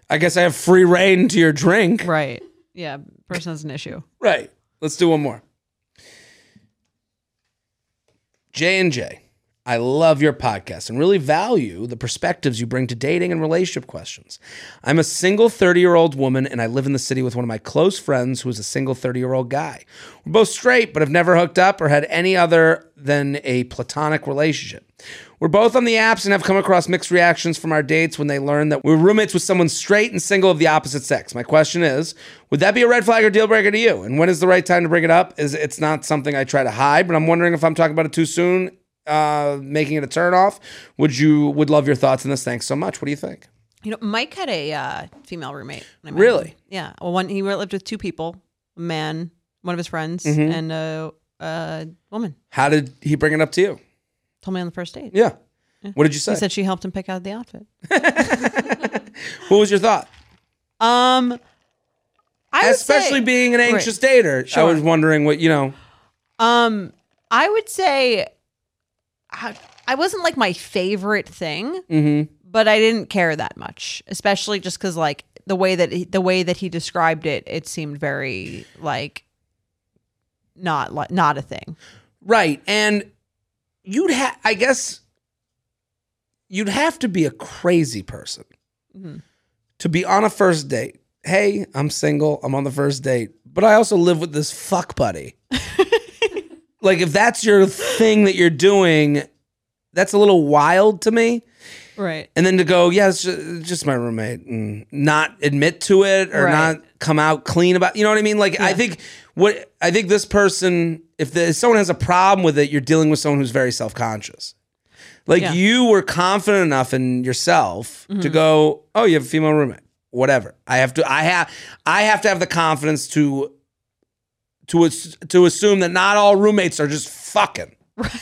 B: I guess I have free reign to your drink.
A: Right. Yeah. Person has an issue.
B: Right. Let's do one more. J&J, I love your podcast and really value the perspectives you bring to dating and relationship questions. I'm a single 30-year-old woman and I live in the city with one of my close friends who is a single 30-year-old guy. We're both straight but have never hooked up or had any other than a platonic relationship. We're both on the apps and have come across mixed reactions from our dates when they learn that we're roommates with someone straight and single of the opposite sex. My question is, would that be a red flag or deal breaker to you? And when is the right time to bring it up? Is it's not something I try to hide, but I'm wondering if I'm talking about it too soon, uh, making it a turnoff. Would you would love your thoughts on this? Thanks so much. What do you think?
A: You know, Mike had a uh, female roommate. when I met him.
B: Really?
A: Yeah. Well, one he lived with two people: a man, one of his friends,
B: Mm-hmm.
A: and a, a woman.
B: How did he bring it up to you?
A: Told me on the first date.
B: Yeah. What did you say?
A: He said she helped him pick out the outfit.
B: what was your thought?
A: Um, I would say-
B: Especially being an anxious dater, I
A: Sure.
B: was wondering what you know.
A: Um, I would say I, I wasn't like my favorite thing,
B: Mhm.
A: but I didn't care that much, especially just because like the way that he, the way that he described it, it seemed very like not like not a thing.
B: Right. And you'd have, I guess, you'd have to be a crazy person
A: Mhm.
B: to be on a first date. Hey, I'm single. I'm on the first date, but I also live with this fuck buddy. like, if that's your thing that you're doing, that's a little wild to me.
A: Right.
B: And then to go, yeah, it's ju- just my roommate, and not admit to it or
A: Right.
B: not come out clean about, you know what I mean? Like, I think what I think this person, if, the, if someone has a problem with it, you're dealing with someone who's very self conscious. Like,
A: Yeah. Mm-hmm.
B: you were confident enough in yourself to go, oh, you have a female roommate, whatever. I have to, I have, I have to have the confidence to, to as- to assume that not all roommates are just fucking. Right.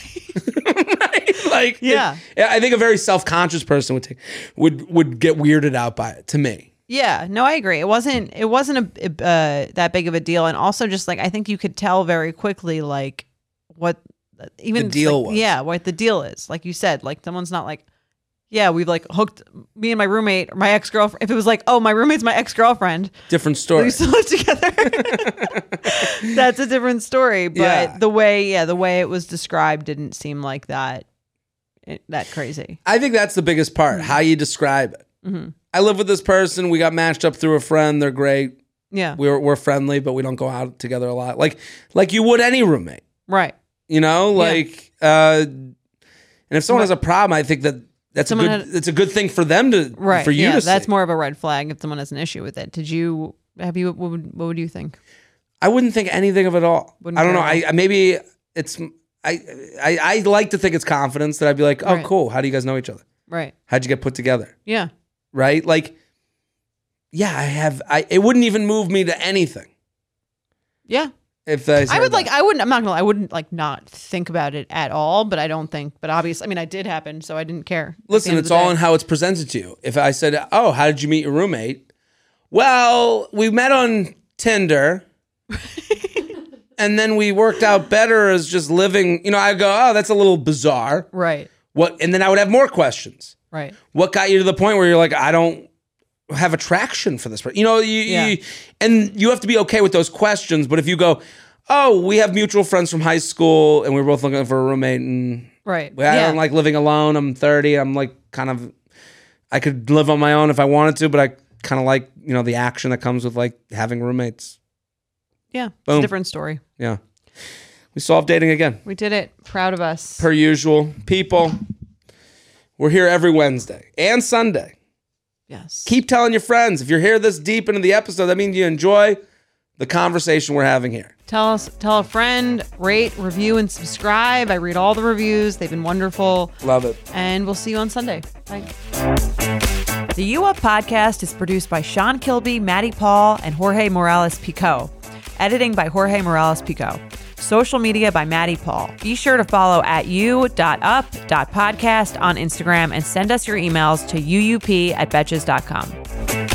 B: Like
A: Yeah.
B: yeah, I think a very self-conscious person would take, would would get weirded out by it. To me,
A: Yeah, no, I agree. It wasn't it wasn't a uh, that big of a deal, and also just like I think you could tell very quickly like what even
B: The deal
A: like,
B: was.
A: Yeah, what the deal is. Like you said, like someone's not like, yeah, we've like hooked me and my roommate or my ex girlfriend. If it was like, oh, my roommate's my ex girlfriend,
B: different
A: we
B: story.
A: still live together. That's a different story. But
B: Yeah.
A: the way, yeah, the way it was described didn't seem like that it, that crazy.
B: I think that's the biggest part. How you describe it.
A: Mhm.
B: I live with this person. We got matched up through a friend. They're great.
A: Yeah,
B: We're we're friendly, but we don't go out together a lot. Like like you would any roommate.
A: right.
B: You know, like uh, and if someone has a problem, I think that that's a
A: Someone
B: good
A: had-
B: that's a good thing for them to
A: right
B: for you
A: yeah,
B: to
A: that's
B: see.
A: more of a red flag if someone has an issue with it did you have you what would, what would you think
B: I wouldn't think anything of it all.
A: Wouldn't
B: I don't know.
A: care
B: I, I maybe it's I, I I like to think it's confidence that I'd be like, oh,
A: Right.
B: cool. How do you guys know each other?
A: right
B: How'd you get put together?
A: yeah
B: Right? Like, yeah, I have. I it wouldn't even move me to anything
A: yeah
B: if I.
A: i
B: said
A: would like
B: that.
A: i wouldn't i'm not gonna lie, i wouldn't like not think about it at all but i don't think but obviously i mean i did happen so i didn't care at the
B: Listen,
A: end of
B: it's
A: the
B: all
A: day.
B: in how it's presented to you. If I said, oh, how did you meet your roommate? Well, we met on Tinder. and then we worked out better as just living. You know, I go, oh, that's a little bizarre.
A: right
B: What? And then I would have more questions.
A: right
B: what got you to the point where you're like i don't have attraction for this person you know you,
A: Yeah.
B: you and you have to be okay with those questions but if you go oh we have mutual friends from high school and we we're both looking for a roommate and
A: right
B: well, i
A: yeah.
B: don't like living alone i'm 30 i'm like kind of i could live on my own if i wanted to but i kind of like you know the action that comes with like having roommates
A: yeah it's
B: Boom.
A: a different story
B: yeah we solved dating again
A: we did it proud of us
B: per usual people we're here every wednesday and sunday
A: yes
B: keep telling your friends. If you're here this deep into the episode, that means you enjoy the conversation we're having here.
A: tell us tell a friend rate review and subscribe i read all the reviews they've been wonderful
B: Love it.
A: and we'll see you on Sunday. Bye. The U Up podcast is produced by Sean Kilby, Maddie Paul, and Jorge Morales Pico. Editing by Jorge Morales Pico. Social media by Maddie Paul. Be sure to follow at u.up.podcast on Instagram and send us your emails to uup at betches.com.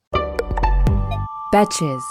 E: Betches.